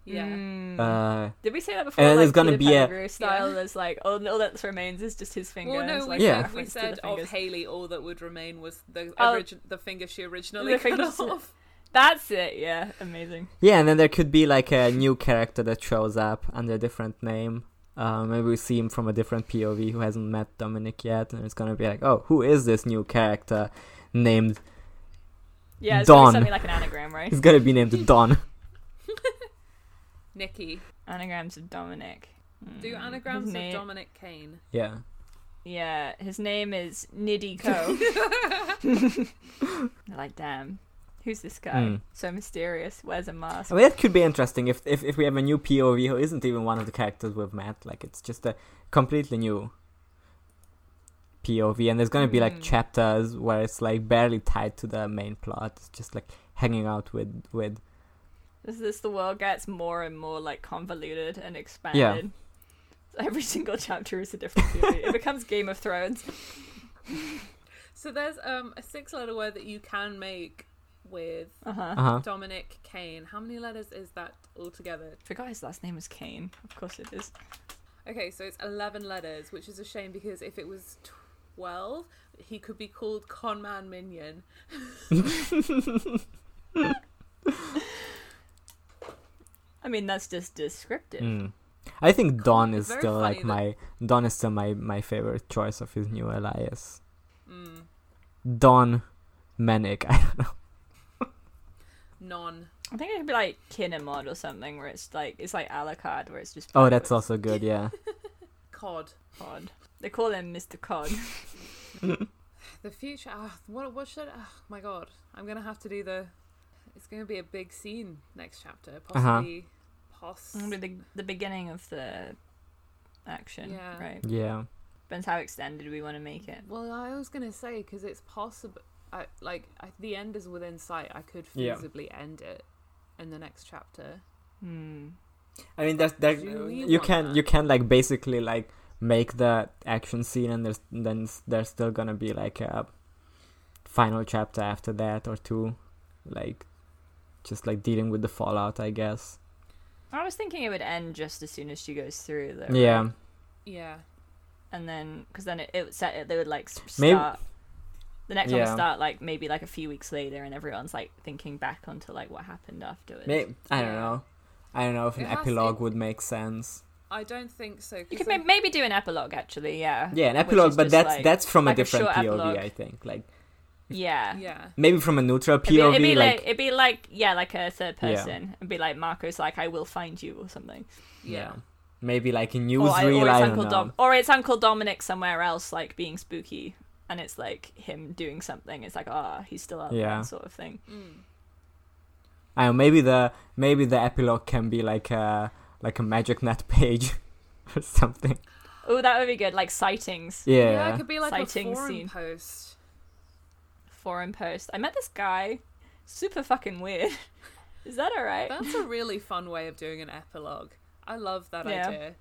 S1: yeah.
S2: Mm.
S3: Uh,
S2: Did we say that before?
S3: and then
S2: like,
S3: there's gonna
S2: Peter
S3: be a-
S2: Pettigrew style. There's like all, all that remains is just his fingers.
S1: Well, no, we
S2: like,
S3: Yeah.
S1: said, we
S2: reference to
S1: said
S2: the
S1: of
S2: fingers.
S1: Haley, all that would remain was the
S2: Oh.
S1: origin- the finger she originally
S2: The
S1: cut
S2: fingers-
S1: off.
S2: That's it. Yeah, amazing.
S3: yeah, and then there could be like a new character that shows up under a different name. Uh, maybe we see him from a different POV who hasn't met Dominic yet, and it's gonna be like, oh, who is this new character named?
S2: Yeah, it's gonna be
S3: Dawn.
S2: something like an anagram, right?
S3: He's gonna be named Don.
S1: Nikki,
S2: Anagrams of Dominic. Mm,
S1: do
S2: his
S1: anagrams of
S2: name-
S1: Dominic Kane.
S3: yeah.
S2: Yeah, his name is Niddy
S3: <laughs>
S2: Co. like, damn, who's this guy?
S3: Mm.
S2: So mysterious. Wears a mask.
S3: I mean, that could be interesting if, if if we have a new POV who isn't even one of the characters we've met. Like, it's just a completely new POV, and there's gonna be
S1: Hmm.
S3: like
S2: Mm.
S3: chapters where it's like barely tied to the main plot. It's just like hanging out with with
S2: As this, the world gets more and more like convoluted and expanded. So every <laughs> single chapter is a different theory. it becomes Game of Thrones.
S1: So there's um a six letter word that you can make with
S2: Uh huh.
S3: uh huh.
S1: Dominic Kane. How many letters is that altogether?
S2: Forgot his last name was Kane. Of course it is.
S1: Okay, so it's 11 letters, which is a shame because if it was 12, he could be called Conman Minion.
S2: I mean, that's just descriptive.
S3: Mm. I think Don is
S1: Very
S3: still
S1: funny
S3: like
S1: that-
S3: my Don is still my my favorite choice of his new alias.
S1: Mm,
S3: Don Manic. I don't know.
S1: non.
S2: I think it could be like Kinemod or something, where it's like it's like Alucard, where it's just
S3: <laughs> Oh, that's
S2: backwards.
S1: <laughs>
S3: also good. Yeah.
S1: Cod.
S2: Cod. They call him Mr. Cod.
S1: The future. ah, what, what should. Oh my god. I'm going to have to do the. It's going to be a big scene next chapter.
S3: Uh-huh.
S1: Possibly. Poss.
S2: Remember the, the beginning of the action,
S1: Yeah.
S2: right?
S3: Yeah.
S2: Depends how extended we want to make it.
S1: Well, I was going to say, because it's possible. I, like, I, the end is within sight. I could
S3: Yeah.
S1: feasibly end it in the next chapter.
S2: Hmm.
S3: I mean, there's there
S1: Do we
S3: you
S1: want
S3: can
S1: that?
S3: you can like basically like make the action scene and there's then s- there's still gonna be like a final chapter after that or two like just like dealing with the fallout i guess
S2: I was thinking it would end just as soon as she goes through, though. right?
S3: yeah
S1: Yeah.
S2: And then, because then it, it would set it, they would like s- start.
S3: Maybe-
S2: The next one would
S3: Yeah.
S2: start like maybe like a few weeks later, and everyone's like thinking back onto like what happened afterwards.
S3: May i don't
S1: Yeah.
S3: know i don't know if an
S1: It has-
S3: epilogue
S1: it-
S3: would make sense
S1: I don't think so. 'cause
S2: You could
S1: I-
S2: may- maybe do an epilogue, actually. Yeah.
S3: yeah an
S2: Which
S3: epilogue
S2: is
S3: but
S2: just,
S3: that's
S2: like-
S3: that's from
S2: like
S3: a
S2: a
S3: different
S2: short
S3: pov
S2: epilogue.
S3: i think like
S2: Yeah.
S1: Yeah.
S3: maybe from a neutral pov
S2: It'd be, it'd be
S3: like,
S2: like, it'd be like yeah, like a third
S3: Yeah.
S2: person. It'd be like Marco's like I will find you or something.
S3: yeah
S1: Yeah.
S3: maybe like a
S2: Or, I,
S3: newsreel
S2: or
S3: i
S2: it's
S3: don't
S2: Uncle
S3: know
S2: Dom or it's Uncle Dominic somewhere else like being spooky and it's like him doing something. It's like ah, he's still up
S3: Yeah.
S2: yeah. sort of thing.
S1: Mm.
S3: I don't know, maybe the maybe the epilogue can be like a like a magic net <laughs> page or something.
S2: Oh, that would be good. Like sightings,
S3: Yeah.
S1: it could be like
S2: Sighting
S1: a forum
S2: scene.
S1: post.
S2: forum post. I met this guy, super fucking weird. <laughs> Is that all right?
S1: That's a really fun way of doing an epilogue. I love that
S2: Yeah.
S1: idea.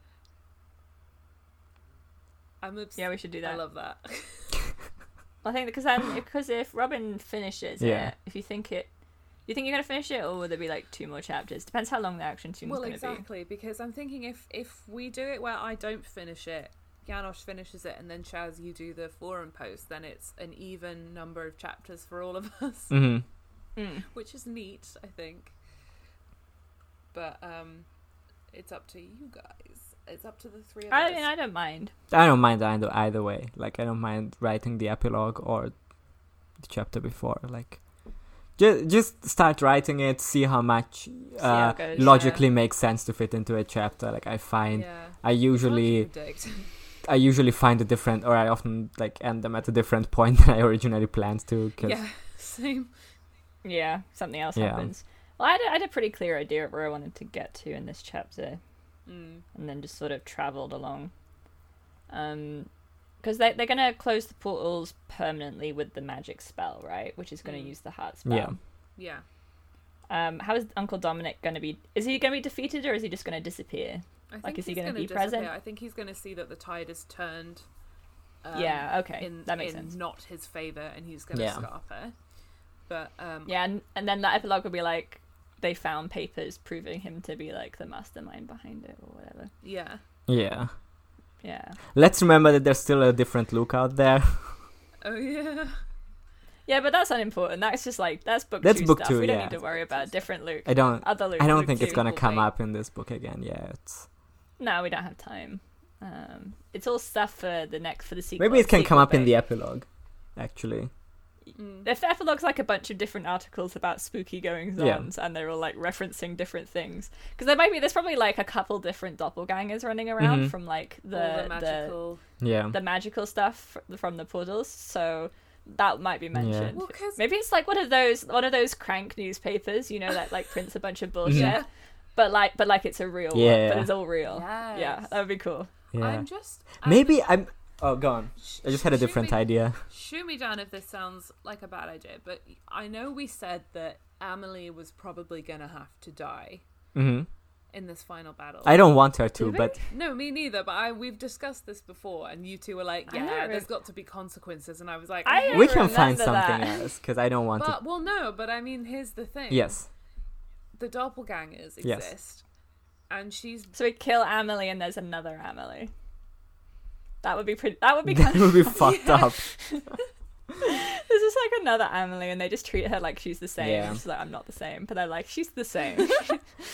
S1: I'm obsessed.
S2: yeah, we should do that.
S1: I love that.
S2: I think because then because if Robin finishes
S3: Yeah.
S2: it, if you think it, you think you're gonna finish it, or will there be like two more chapters? Depends how long the action scene's
S1: well,
S2: gonna
S1: exactly, because I'm thinking if if we do it where I don't finish it, Janosch finishes it, and then Chaz, you do the forum post, then it's an even number of chapters for all of <laughs> us,
S3: hmm
S2: be. Mm.
S1: which is neat, I think. But um, it's up to you guys. It's up to the three of
S2: I
S1: us.
S2: mean, I don't mind.
S3: I don't mind either either way. Like I don't mind writing the epilogue or the chapter before. Like just just start writing it. See how much
S2: how
S3: uh,
S2: it goes,
S3: logically makes sense to fit into a chapter. Like I find
S1: yeah.
S3: I usually
S2: <laughs>
S3: I usually find a different or I often like end them at a different <laughs> point than I originally planned to. 'cause-
S1: Yeah, <laughs> same.
S2: Yeah, something else
S3: Yeah.
S2: happens. Well, I had, a, I had a pretty clear idea of where I wanted to get to in this chapter,
S1: Mm.
S2: and then just sort of traveled along. Um, because they they're gonna close the portals permanently with the magic spell, right? Which is gonna
S1: Mm.
S2: use the heart spell.
S3: yeah.
S1: Yeah.
S2: Um, how is Uncle Dominic gonna be? Is he gonna be defeated, or is he just gonna disappear?
S1: I think
S2: is he
S1: he's
S2: gonna
S1: gonna
S2: be
S1: disappear.
S2: present?
S1: I think he's going to see that the tide has turned. um,
S2: yeah. Okay.
S1: in,
S2: that makes
S1: in
S2: sense.
S1: not his favor, and he's going to
S3: Yeah.
S1: scarp her. But um,
S2: Yeah, and, and then that epilogue would be like they found papers proving him to be like the mastermind behind it or whatever.
S1: yeah, <laughs>
S3: Yeah.
S2: Yeah.
S3: Let's remember that there's still a different look out there.
S1: oh yeah,
S2: Yeah, but that's unimportant. That's just like that's book
S3: That's
S2: two
S3: book
S2: stuff.
S3: two,
S2: we don't
S3: yeah.
S2: need to worry about different Luke.
S3: I don't
S2: Other Luke.
S3: I don't
S2: Luke
S3: think it's
S2: two.
S3: gonna
S1: will
S3: come
S1: wait.
S3: up in this book again. Yeah, it's
S2: No, we don't have time. Um, it's all stuff for the next for the sequel.
S3: maybe it can come
S2: sequel
S3: up in
S2: bit.
S3: the epilogue, actually.
S1: Mm.
S2: If the epilogue's like a bunch of different articles about spooky goings
S3: Yeah.
S2: ons and they're all like referencing different things, because there might be there's probably like a couple different doppelgangers running around
S3: Mhm.
S2: from like
S1: All the,
S2: the the
S1: magical.
S3: Yeah,
S2: the magical stuff fr- from the portals, so that might be mentioned.
S1: Well, 'cause-
S2: Maybe it's like one of those one of those crank newspapers, you know, that like prints a bunch of bullshit, but like but like it's a real one,
S3: Mm-hmm. Yeah.
S2: but it's all real. Yeah,
S1: Yes.
S2: that would be cool.
S3: yeah.
S1: I'm just I'm-
S3: Maybe I'm. Oh, go on.
S1: sh-
S3: I just had a
S1: shoot
S3: different
S1: me-
S3: idea.
S1: Shoot me down if this sounds like a bad idea, but I know we said that Amelie was probably going to have to die
S3: hmm
S1: in this final battle.
S3: I don't want her to,
S2: Did
S3: but
S1: No, me neither. But I we've discussed this before, and you two were like,
S2: I
S1: "Yeah,
S2: don't
S1: there's
S2: re-
S1: got to be consequences," and I was like,
S2: I
S1: "Yeah."
S2: don't
S3: we can find
S2: remember
S3: something
S2: that.
S3: else because I don't want
S1: "But well, no." But I mean, here's the thing.
S3: to.
S2: <laughs>
S3: Yes. <laughs>
S1: the doppelgangers exist,
S3: Yes.
S1: and she's
S2: So we kill Amelie and there's another Amelie. That would be pretty. That
S3: <laughs>
S2: would be
S3: That
S2: kind of.
S3: would be fucked up.
S2: This is like another Amelie, and they just treat her like she's the same.
S3: Yeah.
S2: She's like, I'm not the same, but they're like, she's the same.
S3: <laughs>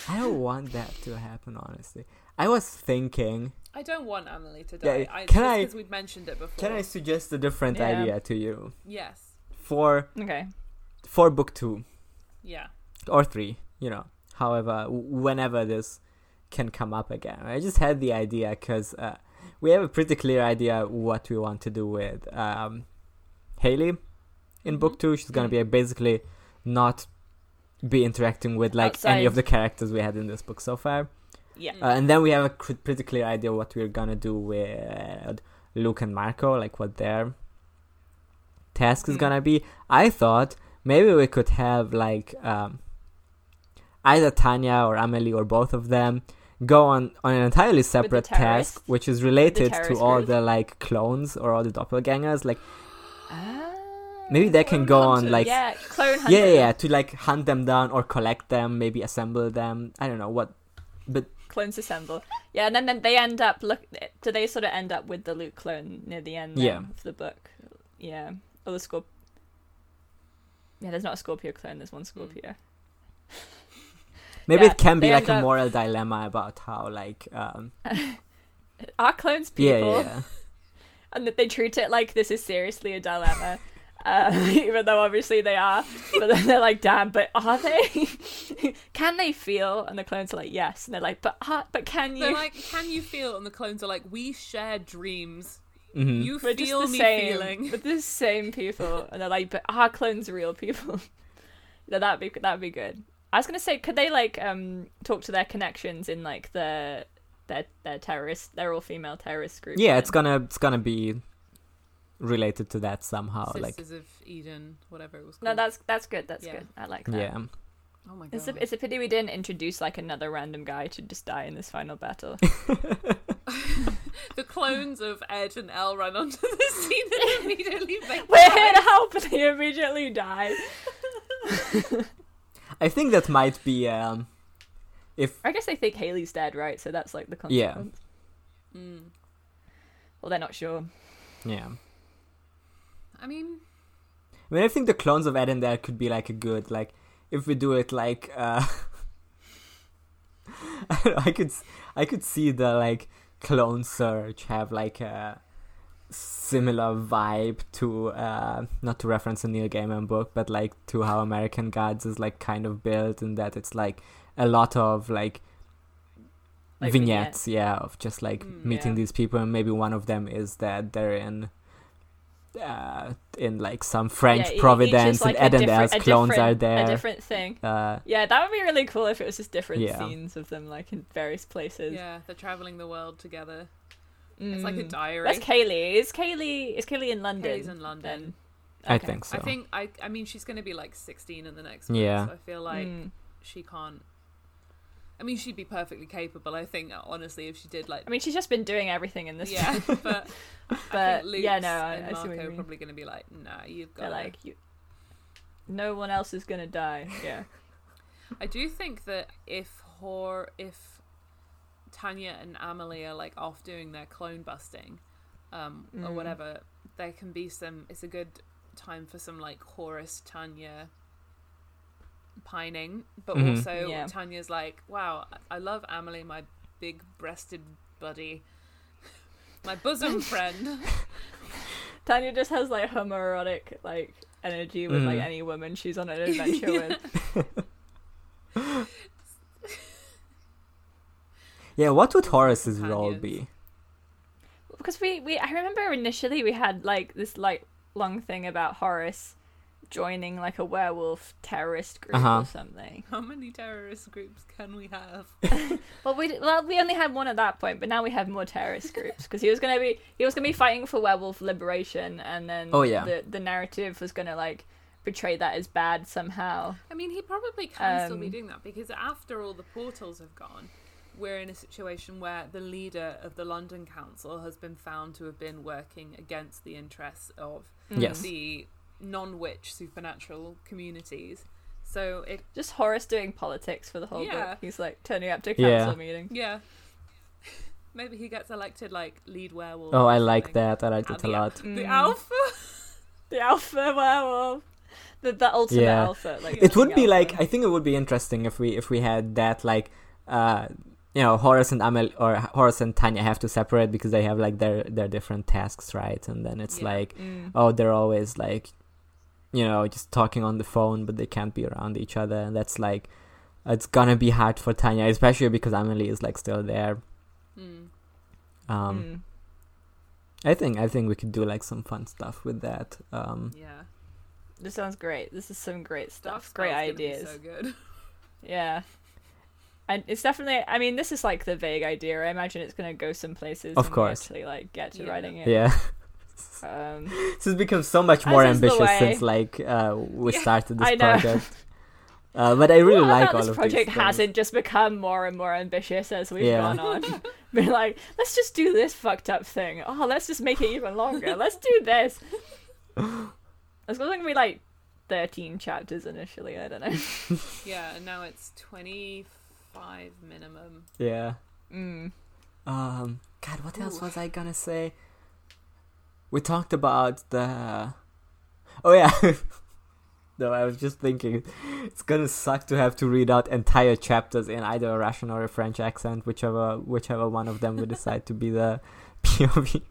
S3: I don't want that to happen. Honestly, I was thinking.
S1: I don't want Emily to
S3: Yeah,
S1: die. I,
S3: can
S1: just
S3: I-
S1: Because we'd mentioned it before.
S3: Can I suggest a different
S2: Yeah.
S3: idea to you
S1: Yes.
S3: for
S2: okay.
S3: for book two
S1: Yeah.
S3: or three? You know, however, w- whenever this can come up again. I just had the idea because uh, we have a pretty clear idea what we want to do with um, Haley in
S2: Mm-hmm.
S3: book two. She's gonna be basically not be interacting with like any of
S2: Outside.
S3: the characters we had in this book so far.
S2: Yeah.
S3: Uh, and then we have a cr- pretty clear idea what we're gonna do with Luke and Marco, like what their task is
S2: Mhm.
S3: gonna be. I thought maybe we could have like um, either Tanya or Amelie or both of them go on on an entirely separate task
S2: terrorist?
S3: which is related to
S2: terrorist
S3: all
S2: group?
S3: the like clones or all the doppelgangers like
S2: Ah.
S3: maybe they can go on like yeah
S2: yeah, clone hunter.
S3: yeah, yeah to like hunt them down or collect them maybe assemble them i don't know what but
S2: Clones assemble. Yeah, and then, then they end up look. Do they sort of end up with the Luke clone near the end? then
S3: Yeah.
S2: Of the book. Yeah. Or the Scorp. Yeah, there's not a Scorpio clone. There's
S3: Hmm.
S2: one Scorpio.
S3: maybe
S2: Yeah,
S3: it can be
S2: they
S3: like
S2: end
S3: a
S2: up-
S3: moral dilemma about how like um
S2: Are clones people?
S3: yeah yeah
S2: and that they treat it like this is seriously a dilemma. Uh, <laughs> even though obviously they are, but then they're like, "Damn!" But are they? <laughs> can they feel? And the clones are like, "Yes." And they're like, "But are, but can you?"
S1: They're like, can you feel? And the clones are like, we share dreams.
S3: Mhm.
S1: You
S2: <laughs> We're
S1: feel
S2: just
S1: me
S2: the same,
S1: feeling.
S2: we're the same people, and they're like, "But are clones real people?" <laughs> yeah, that'd be that'd be good. I was gonna say, could they like um talk to their connections in like the their their terrorist? They're all female terrorist group.
S3: yeah it's
S2: then?
S3: gonna it's gonna be related to that somehow Oh, like
S1: Sisters of Eden, whatever it was
S2: No,
S1: called.
S2: that's that's good. That's
S1: Yeah.
S2: good. I like that.
S3: yeah
S1: oh my god.
S2: It's a, it's a pity we didn't introduce like another random guy to just die in this final
S3: <laughs>
S2: battle.
S1: the clones of Ed and El run onto the <laughs> scene
S3: <laughs>
S1: and immediately make
S2: We're here to help, and they immediately die.
S3: i think that might be um if
S2: I guess they think Haley's dead, right? So that's like the
S3: Yeah.
S2: consequence.
S1: Mm.
S2: Well, they're not sure.
S3: yeah
S1: I mean,
S3: I mean, I think the clones of Eden there could be like a good like if we do it like uh <laughs> I, don't know, I could s- I could see the like clone search have like a similar vibe to uh not to reference a Neil Gaiman book but like to how American Gods is like kind of built in that it's like a lot of like,
S2: Like
S3: vignettes, yeah of just like
S1: Mm,
S3: meeting
S2: yeah.
S3: these people and maybe one of them is that they're in uh, in like some French
S2: Yeah, e- each is,
S3: Providence,
S2: like, a
S3: and Ed and
S2: different-
S3: Elle's
S2: a
S3: clones are
S2: different- A
S3: there.
S2: different thing.
S3: Uh,
S2: Yeah, that would be really cool if it was just different
S3: Yeah.
S2: scenes of them like in various places.
S1: yeah, they're traveling the world together. It's like a
S2: Mm.
S1: diary.
S2: That's Kaylee. Is Kaylee is Kaylee in London?
S1: Kaylee's in London.
S3: I
S2: Okay.
S3: think so.
S1: I think I. I mean, she's going to be like 16 in the next one.
S3: Yeah.
S1: So I feel like
S2: Mm.
S1: she can't. I mean, she'd be perfectly capable. I think honestly, if she did like.
S2: I mean, she's just been doing everything in this. <laughs>
S1: yeah, but, I
S2: But,
S1: think Luke's
S2: yeah, no, I-
S1: and
S2: I see what
S1: Marco
S2: you
S1: are
S2: mean.
S1: probably going to be like, nah, you've got
S2: They're
S1: to
S2: like, you, no one else is gonna die. Yeah. <laughs>
S1: I do think that if Hor, if Tanya and Amelie are like off doing their clone busting, um, or
S2: Mm.
S1: whatever, there can be some. It's a good time for some like Horus Tanya pining, but
S3: Mhm.
S1: also
S2: Yeah.
S1: Tanya's like, "Wow, I love Amelie, my big-breasted buddy, <laughs> my bosom friend."
S2: Tanya just has like homoerotic like energy with like
S3: Mhm.
S2: any woman she's <laughs> on an adventure with.
S3: yeah, what would
S1: Those
S3: Horace's role
S1: companions.
S3: be?
S2: Because we, we I remember initially we had like this like long thing about Horace joining like a werewolf terrorist group
S3: Uh-huh.
S2: or something.
S1: How many terrorist groups can we have?
S2: Well, we well we only had one at that point, but now we have more <laughs> terrorist groups because he was gonna be he was gonna be fighting for werewolf liberation, and then
S3: Oh, yeah.
S2: the the narrative was gonna like portray that as bad somehow.
S1: I mean, he probably can still be
S2: Um,
S1: doing that because after all the portals have gone, we're in a situation where the leader of the London Council has been found to have been working against the interests of
S3: Yes.
S1: the non witch supernatural communities. So it,
S2: Just Horace doing politics for the whole
S1: Yeah.
S2: book. He's like turning up to
S3: Yeah.
S2: council meetings.
S1: yeah. <laughs> Maybe he gets elected like lead werewolf.
S3: Oh,
S1: or
S3: I like
S1: something.
S3: that. I like
S1: Ah,
S3: that a
S1: yeah.
S3: lot.
S1: The
S2: Mm.
S1: alpha? <laughs>
S2: The alpha werewolf. The, the ultimate
S3: Yeah.
S2: alpha. Like,
S3: It would
S2: fucking
S3: be
S2: alpha.
S3: like I think it would be interesting if we if we had that like uh you know Horace and Amel or Horace and Tanya have to separate because they have like their their different tasks right and then it's
S1: Yeah.
S3: like
S2: Mm.
S3: oh they're always like you know just talking on the phone but they can't be around each other and that's like it's gonna be hard for Tanya especially because Amelie is like still there
S1: Mm.
S3: um
S2: Mm.
S3: I think I think we could do like some fun stuff with that um
S1: Yeah.
S2: This sounds great. This is some great
S1: Dark
S2: stuff. Great
S1: Scout's gonna be
S2: ideas.
S1: So good. <laughs>
S2: Yeah. And it's definitely. I mean, this is like the vague idea. I imagine it's gonna go some places.
S3: Of
S2: when we
S3: course.
S2: Actually, like get to
S1: Yeah.
S2: writing it.
S3: yeah <laughs>
S2: Um,
S3: this has become so much more
S2: As is the
S3: ambitious
S2: way. <laughs>
S3: since like uh we
S1: Yeah,
S3: started this
S2: I know.
S3: project Uh, but I really
S2: What
S3: like
S2: about
S3: all
S2: this
S3: of
S2: project
S3: these things.
S2: hasn't just become more and more ambitious as we've
S3: Yeah.
S2: gone on.
S3: <laughs>
S2: <laughs> Been like, let's just do this fucked up thing. Oh, let's just make it even longer. let's do
S3: <laughs>
S2: this. It's going to be like thirteen chapters initially. I don't <laughs> know.
S1: Yeah, and now it's 25 minimum.
S3: Yeah.
S2: Mm.
S3: Um, God, what else
S1: Ooh.
S3: was I gonna say? We talked about the. Oh yeah. <laughs> no, I was just thinking, it's gonna suck to have to read out entire chapters in either a Russian or a French accent, whichever whichever one of them we decide to be the <laughs> POV.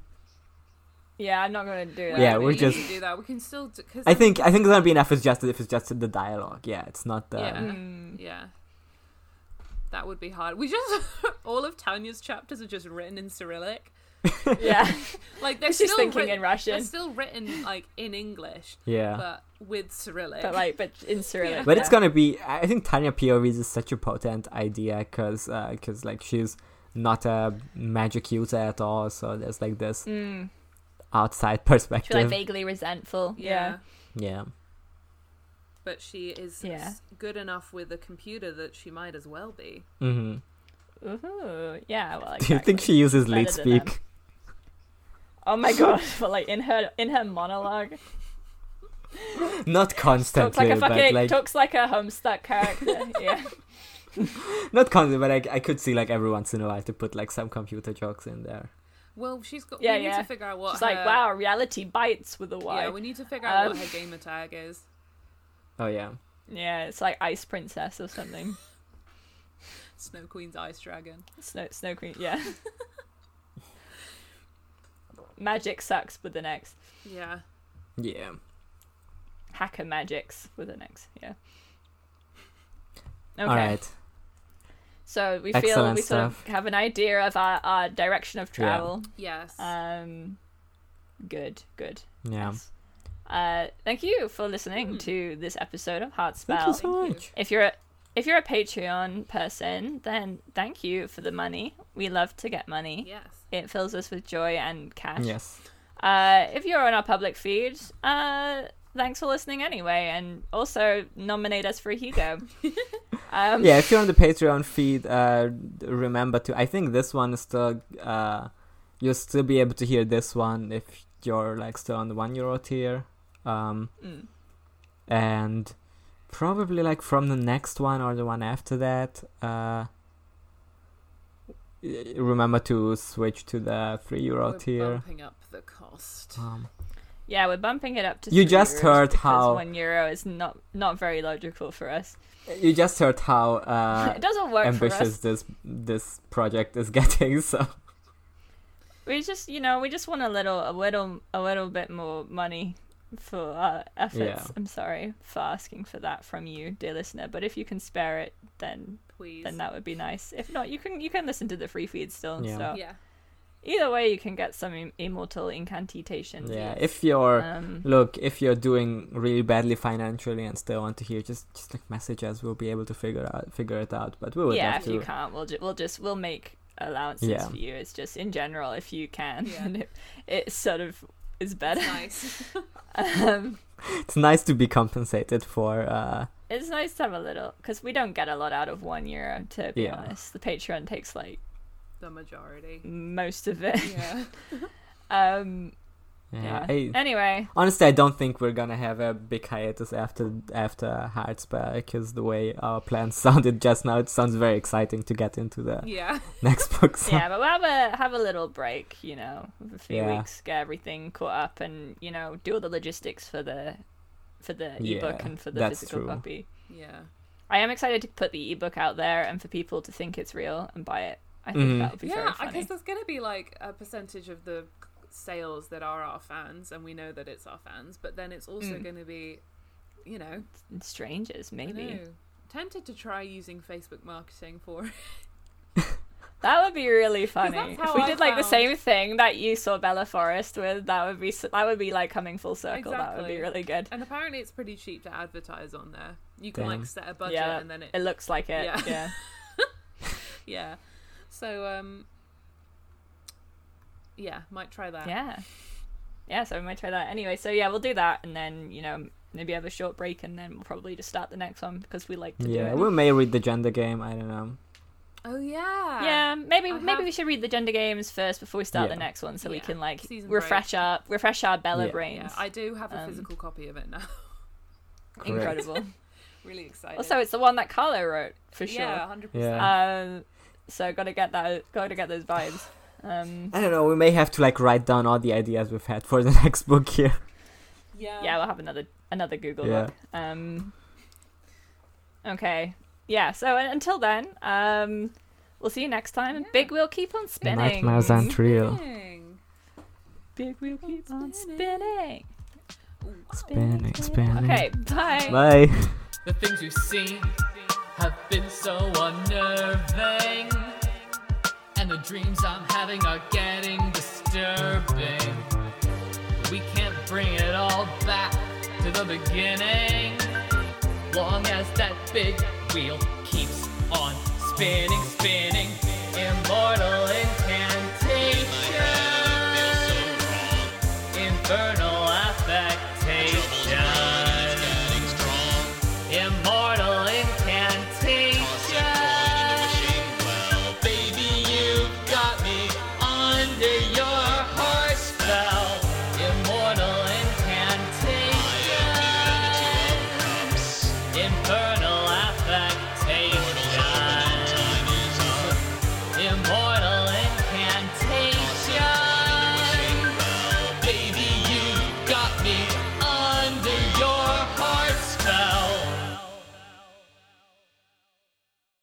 S2: Yeah, I'm not going to do that.
S3: Yeah,
S1: we
S3: we're
S1: don't need
S3: just-
S1: to do that. We can still because
S3: I think I think it's gonna be enough. It's just if it's just the dialogue. Yeah, it's not the.
S1: Yeah.
S2: Mm.
S1: yeah, that would be hard. We just <laughs> all of Tanya's chapters are just written in Cyrillic.
S2: <laughs> yeah.
S1: Like they're
S2: She's
S1: still
S2: thinking
S1: written,
S2: in
S1: they're
S2: Russian,
S1: still written like in English,
S3: Yeah. But,
S1: but with Cyrillic.
S2: but like, but in Cyrillic.
S1: Yeah.
S3: it's gonna be. I think Tanya POVs is such a potent idea because because like she's not a magic user at all. So there's like this
S2: Mm.
S3: outside <laughs>
S2: She's like
S3: perspective.
S2: vaguely resentful.
S1: yeah.
S3: yeah.
S1: but she is
S2: Yeah.
S1: s- good enough with a computer that she might as well be.
S3: Mm-hmm.
S2: Ooh. Yeah. Well,
S3: Do you think
S2: exactly.
S3: she uses
S2: Better
S3: lead
S2: than them.
S3: speak? <laughs>
S2: Oh my god! <laughs> But like in her in her monologue,
S3: Not
S2: talks
S3: constantly,
S2: like a
S3: but
S2: fucking
S3: like
S2: talks like a
S1: <laughs>
S2: homestuck character. yeah.
S3: not constantly, but I, I could see like every once in a while to put like some computer jokes in there.
S1: Well, she's got.
S2: Yeah,
S1: we need
S2: yeah.
S1: to figure out what.
S2: She's
S1: her,
S2: like, wow, reality bites with a Y.
S1: Yeah,
S2: Yeah,
S1: we need to figure out
S2: Um,
S1: what her gamer tag is.
S3: Oh yeah,
S2: it's like Ice Princess or something.
S1: Snow Queen's Ice Dragon.
S2: Snow Snow Queen.
S1: <laughs>
S2: Yeah. Magic sucks with an X.
S1: Yeah.
S3: yeah.
S2: Hacker magics with an X. Yeah. Okay.
S3: All right.
S2: So we feel
S3: Excellent
S2: we sort of have an idea of our, our direction of travel.
S1: Yes.
S2: Um. Good. Good.
S3: Yeah. Hmm.
S2: Yes. Uh, thank you for listening to this episode of Heart
S3: Thank
S2: Spell.
S3: you so
S1: you.
S3: much.
S2: if you're a, if you're a Patreon person, then thank you for the money. We love to get money.
S1: yes.
S2: It fills us with joy and cash.
S3: Yes.
S2: Uh, if you're on our public feed, uh, thanks for listening anyway, and also nominate us for a
S3: <laughs>
S2: Hugo. um,
S3: yeah, if you're on the Patreon feed, uh, remember to. I think this one is still. Uh, you'll still be able to hear this one if you're like still on the one euro tier, um,
S2: mm.
S3: and probably like from the next one or the one after that. Uh, y- remember to switch to the three euro
S1: We're
S3: tier.
S1: bumping up the cost.
S3: Um,
S2: Yeah, we're bumping it up to.
S3: You
S2: three
S3: just
S2: euros
S3: heard
S2: because
S3: how-
S2: one euro is not not very logical for us.
S3: you just heard
S2: <laughs>
S3: how uh,
S2: it doesn't work for us.
S3: ambitious this this project is <laughs> getting, so
S2: We just, you know, we just want a little, a little, a little bit more money for our efforts.
S3: Yeah.
S2: I'm sorry for asking for that from you, dear listener. But if you can spare it, then
S1: Please.
S2: then that would be nice. If not, you can you can listen to the free feed still and
S3: Yeah.
S2: stuff.
S1: Yeah.
S2: Either way, you can get some im- immortal incantations.
S3: yeah. If you're
S2: Um,
S3: Look, if you're doing really badly financially and still want to hear, just just like message us. We'll be able to figure out figure it out. But we would
S2: yeah.
S3: have
S2: If
S3: to.
S2: you can't, we'll ju- we'll just we'll make allowances
S3: Yeah.
S2: for you. It's just in general, if you can,
S1: Yeah.
S2: and <laughs> it, it sort of is better.
S1: It's nice.
S2: <laughs> um,
S3: It's nice to be compensated for. Uh,
S2: it's nice to have a little because we don't get a lot out of one euro to be
S3: Yeah.
S2: honest the patreon takes like
S1: the majority.
S2: <laughs> most of it
S1: Yeah.
S2: um
S3: yeah. I- <laughs>
S2: anyway
S3: honestly, I don't think we're gonna have a big hiatus after after Heartspell because the way our plans <laughs> sounded just now, it sounds very exciting to get into the
S1: Yeah.
S3: next book. So.
S2: yeah but we'll have a have a little break you know of a few
S3: Yeah.
S2: weeks get everything caught up and you know do all the logistics for the for the
S3: Yeah,
S2: ebook and for the
S3: that's
S2: physical
S3: true.
S2: copy
S1: Yeah.
S2: <laughs> i am excited to put the ebook out there and for people to think it's real and buy it i think
S3: Mhm.
S2: that would be very
S1: Yeah. I
S2: funny
S1: guess there's gonna be like a percentage of the sales that are our fans, and we know that it's our fans. But then it's also
S2: Mm.
S1: gonna be, you know,
S2: And strangers
S1: I
S2: maybe
S1: know. Tempted to try using Facebook marketing for it.
S2: That would be really
S1: 'Cause
S2: funny.
S1: that's how
S2: If we
S1: I
S2: did like the
S1: found-
S2: same thing that you saw Bella Forrest with, that would be s- that would be like coming full circle. That would
S1: Exactly.
S2: be really good.
S1: And apparently, it's pretty cheap to advertise on there. You can
S3: Damn.
S1: like set a budget,
S2: Yeah.
S1: and then it
S2: It looks like it.
S1: Yeah.
S2: Yeah.
S1: <laughs> yeah. So um yeah, might try that.
S2: Yeah. Yeah, so we might try that. Anyway, so yeah, we'll do that and then, you know, maybe have a short break and then we'll probably just start the next one because we like to
S3: Yeah,
S2: do it.
S3: we may read the gender game. I don't know.
S1: Oh yeah.
S2: Yeah, maybe
S1: I
S2: maybe
S1: have-
S2: we should read the gender games first before we start
S3: Yeah.
S2: the next one so we
S1: Yeah,
S2: can like
S1: season break.
S2: refresh our refresh our Bella
S3: Yeah.
S1: Yeah,
S2: brains.
S1: I do have a
S2: Um,
S1: physical copy of it now. <laughs>
S3: Correct.
S2: Incredible.
S1: really excited.
S2: also, it's the one that Carlo wrote for sure.
S1: yeah, hundred
S3: Yeah.
S2: Um, so gotta get that, gotta get those vibes. Um,
S3: I don't know. We may have to like write down all the ideas we've had for the <laughs> next book here.
S1: percent. Yeah.
S2: yeah, we'll have another another Google
S3: Yeah.
S2: look. Um, okay, yeah. So uh, until then, um, we'll see you next time. And
S1: Yeah.
S2: Big wheel keep on spinning.
S3: Nightmares aren't real.
S1: Dang.
S2: Big wheel keep on
S1: spinning.
S2: spinning.
S1: Ooh,
S3: Spinning, spinning.
S2: Okay, bye.
S3: Bye. <laughs>
S4: The things we've seen have been so unnerving. And the dreams I'm having are getting disturbing. We can't bring it all back to the beginning. Long as that big wheel keeps on spinning, spinning. Immortal incantation. Infernal affectation. Immortal incantation. Baby, you've got me under your heart spell. Immortal incantation. Infernal affectation.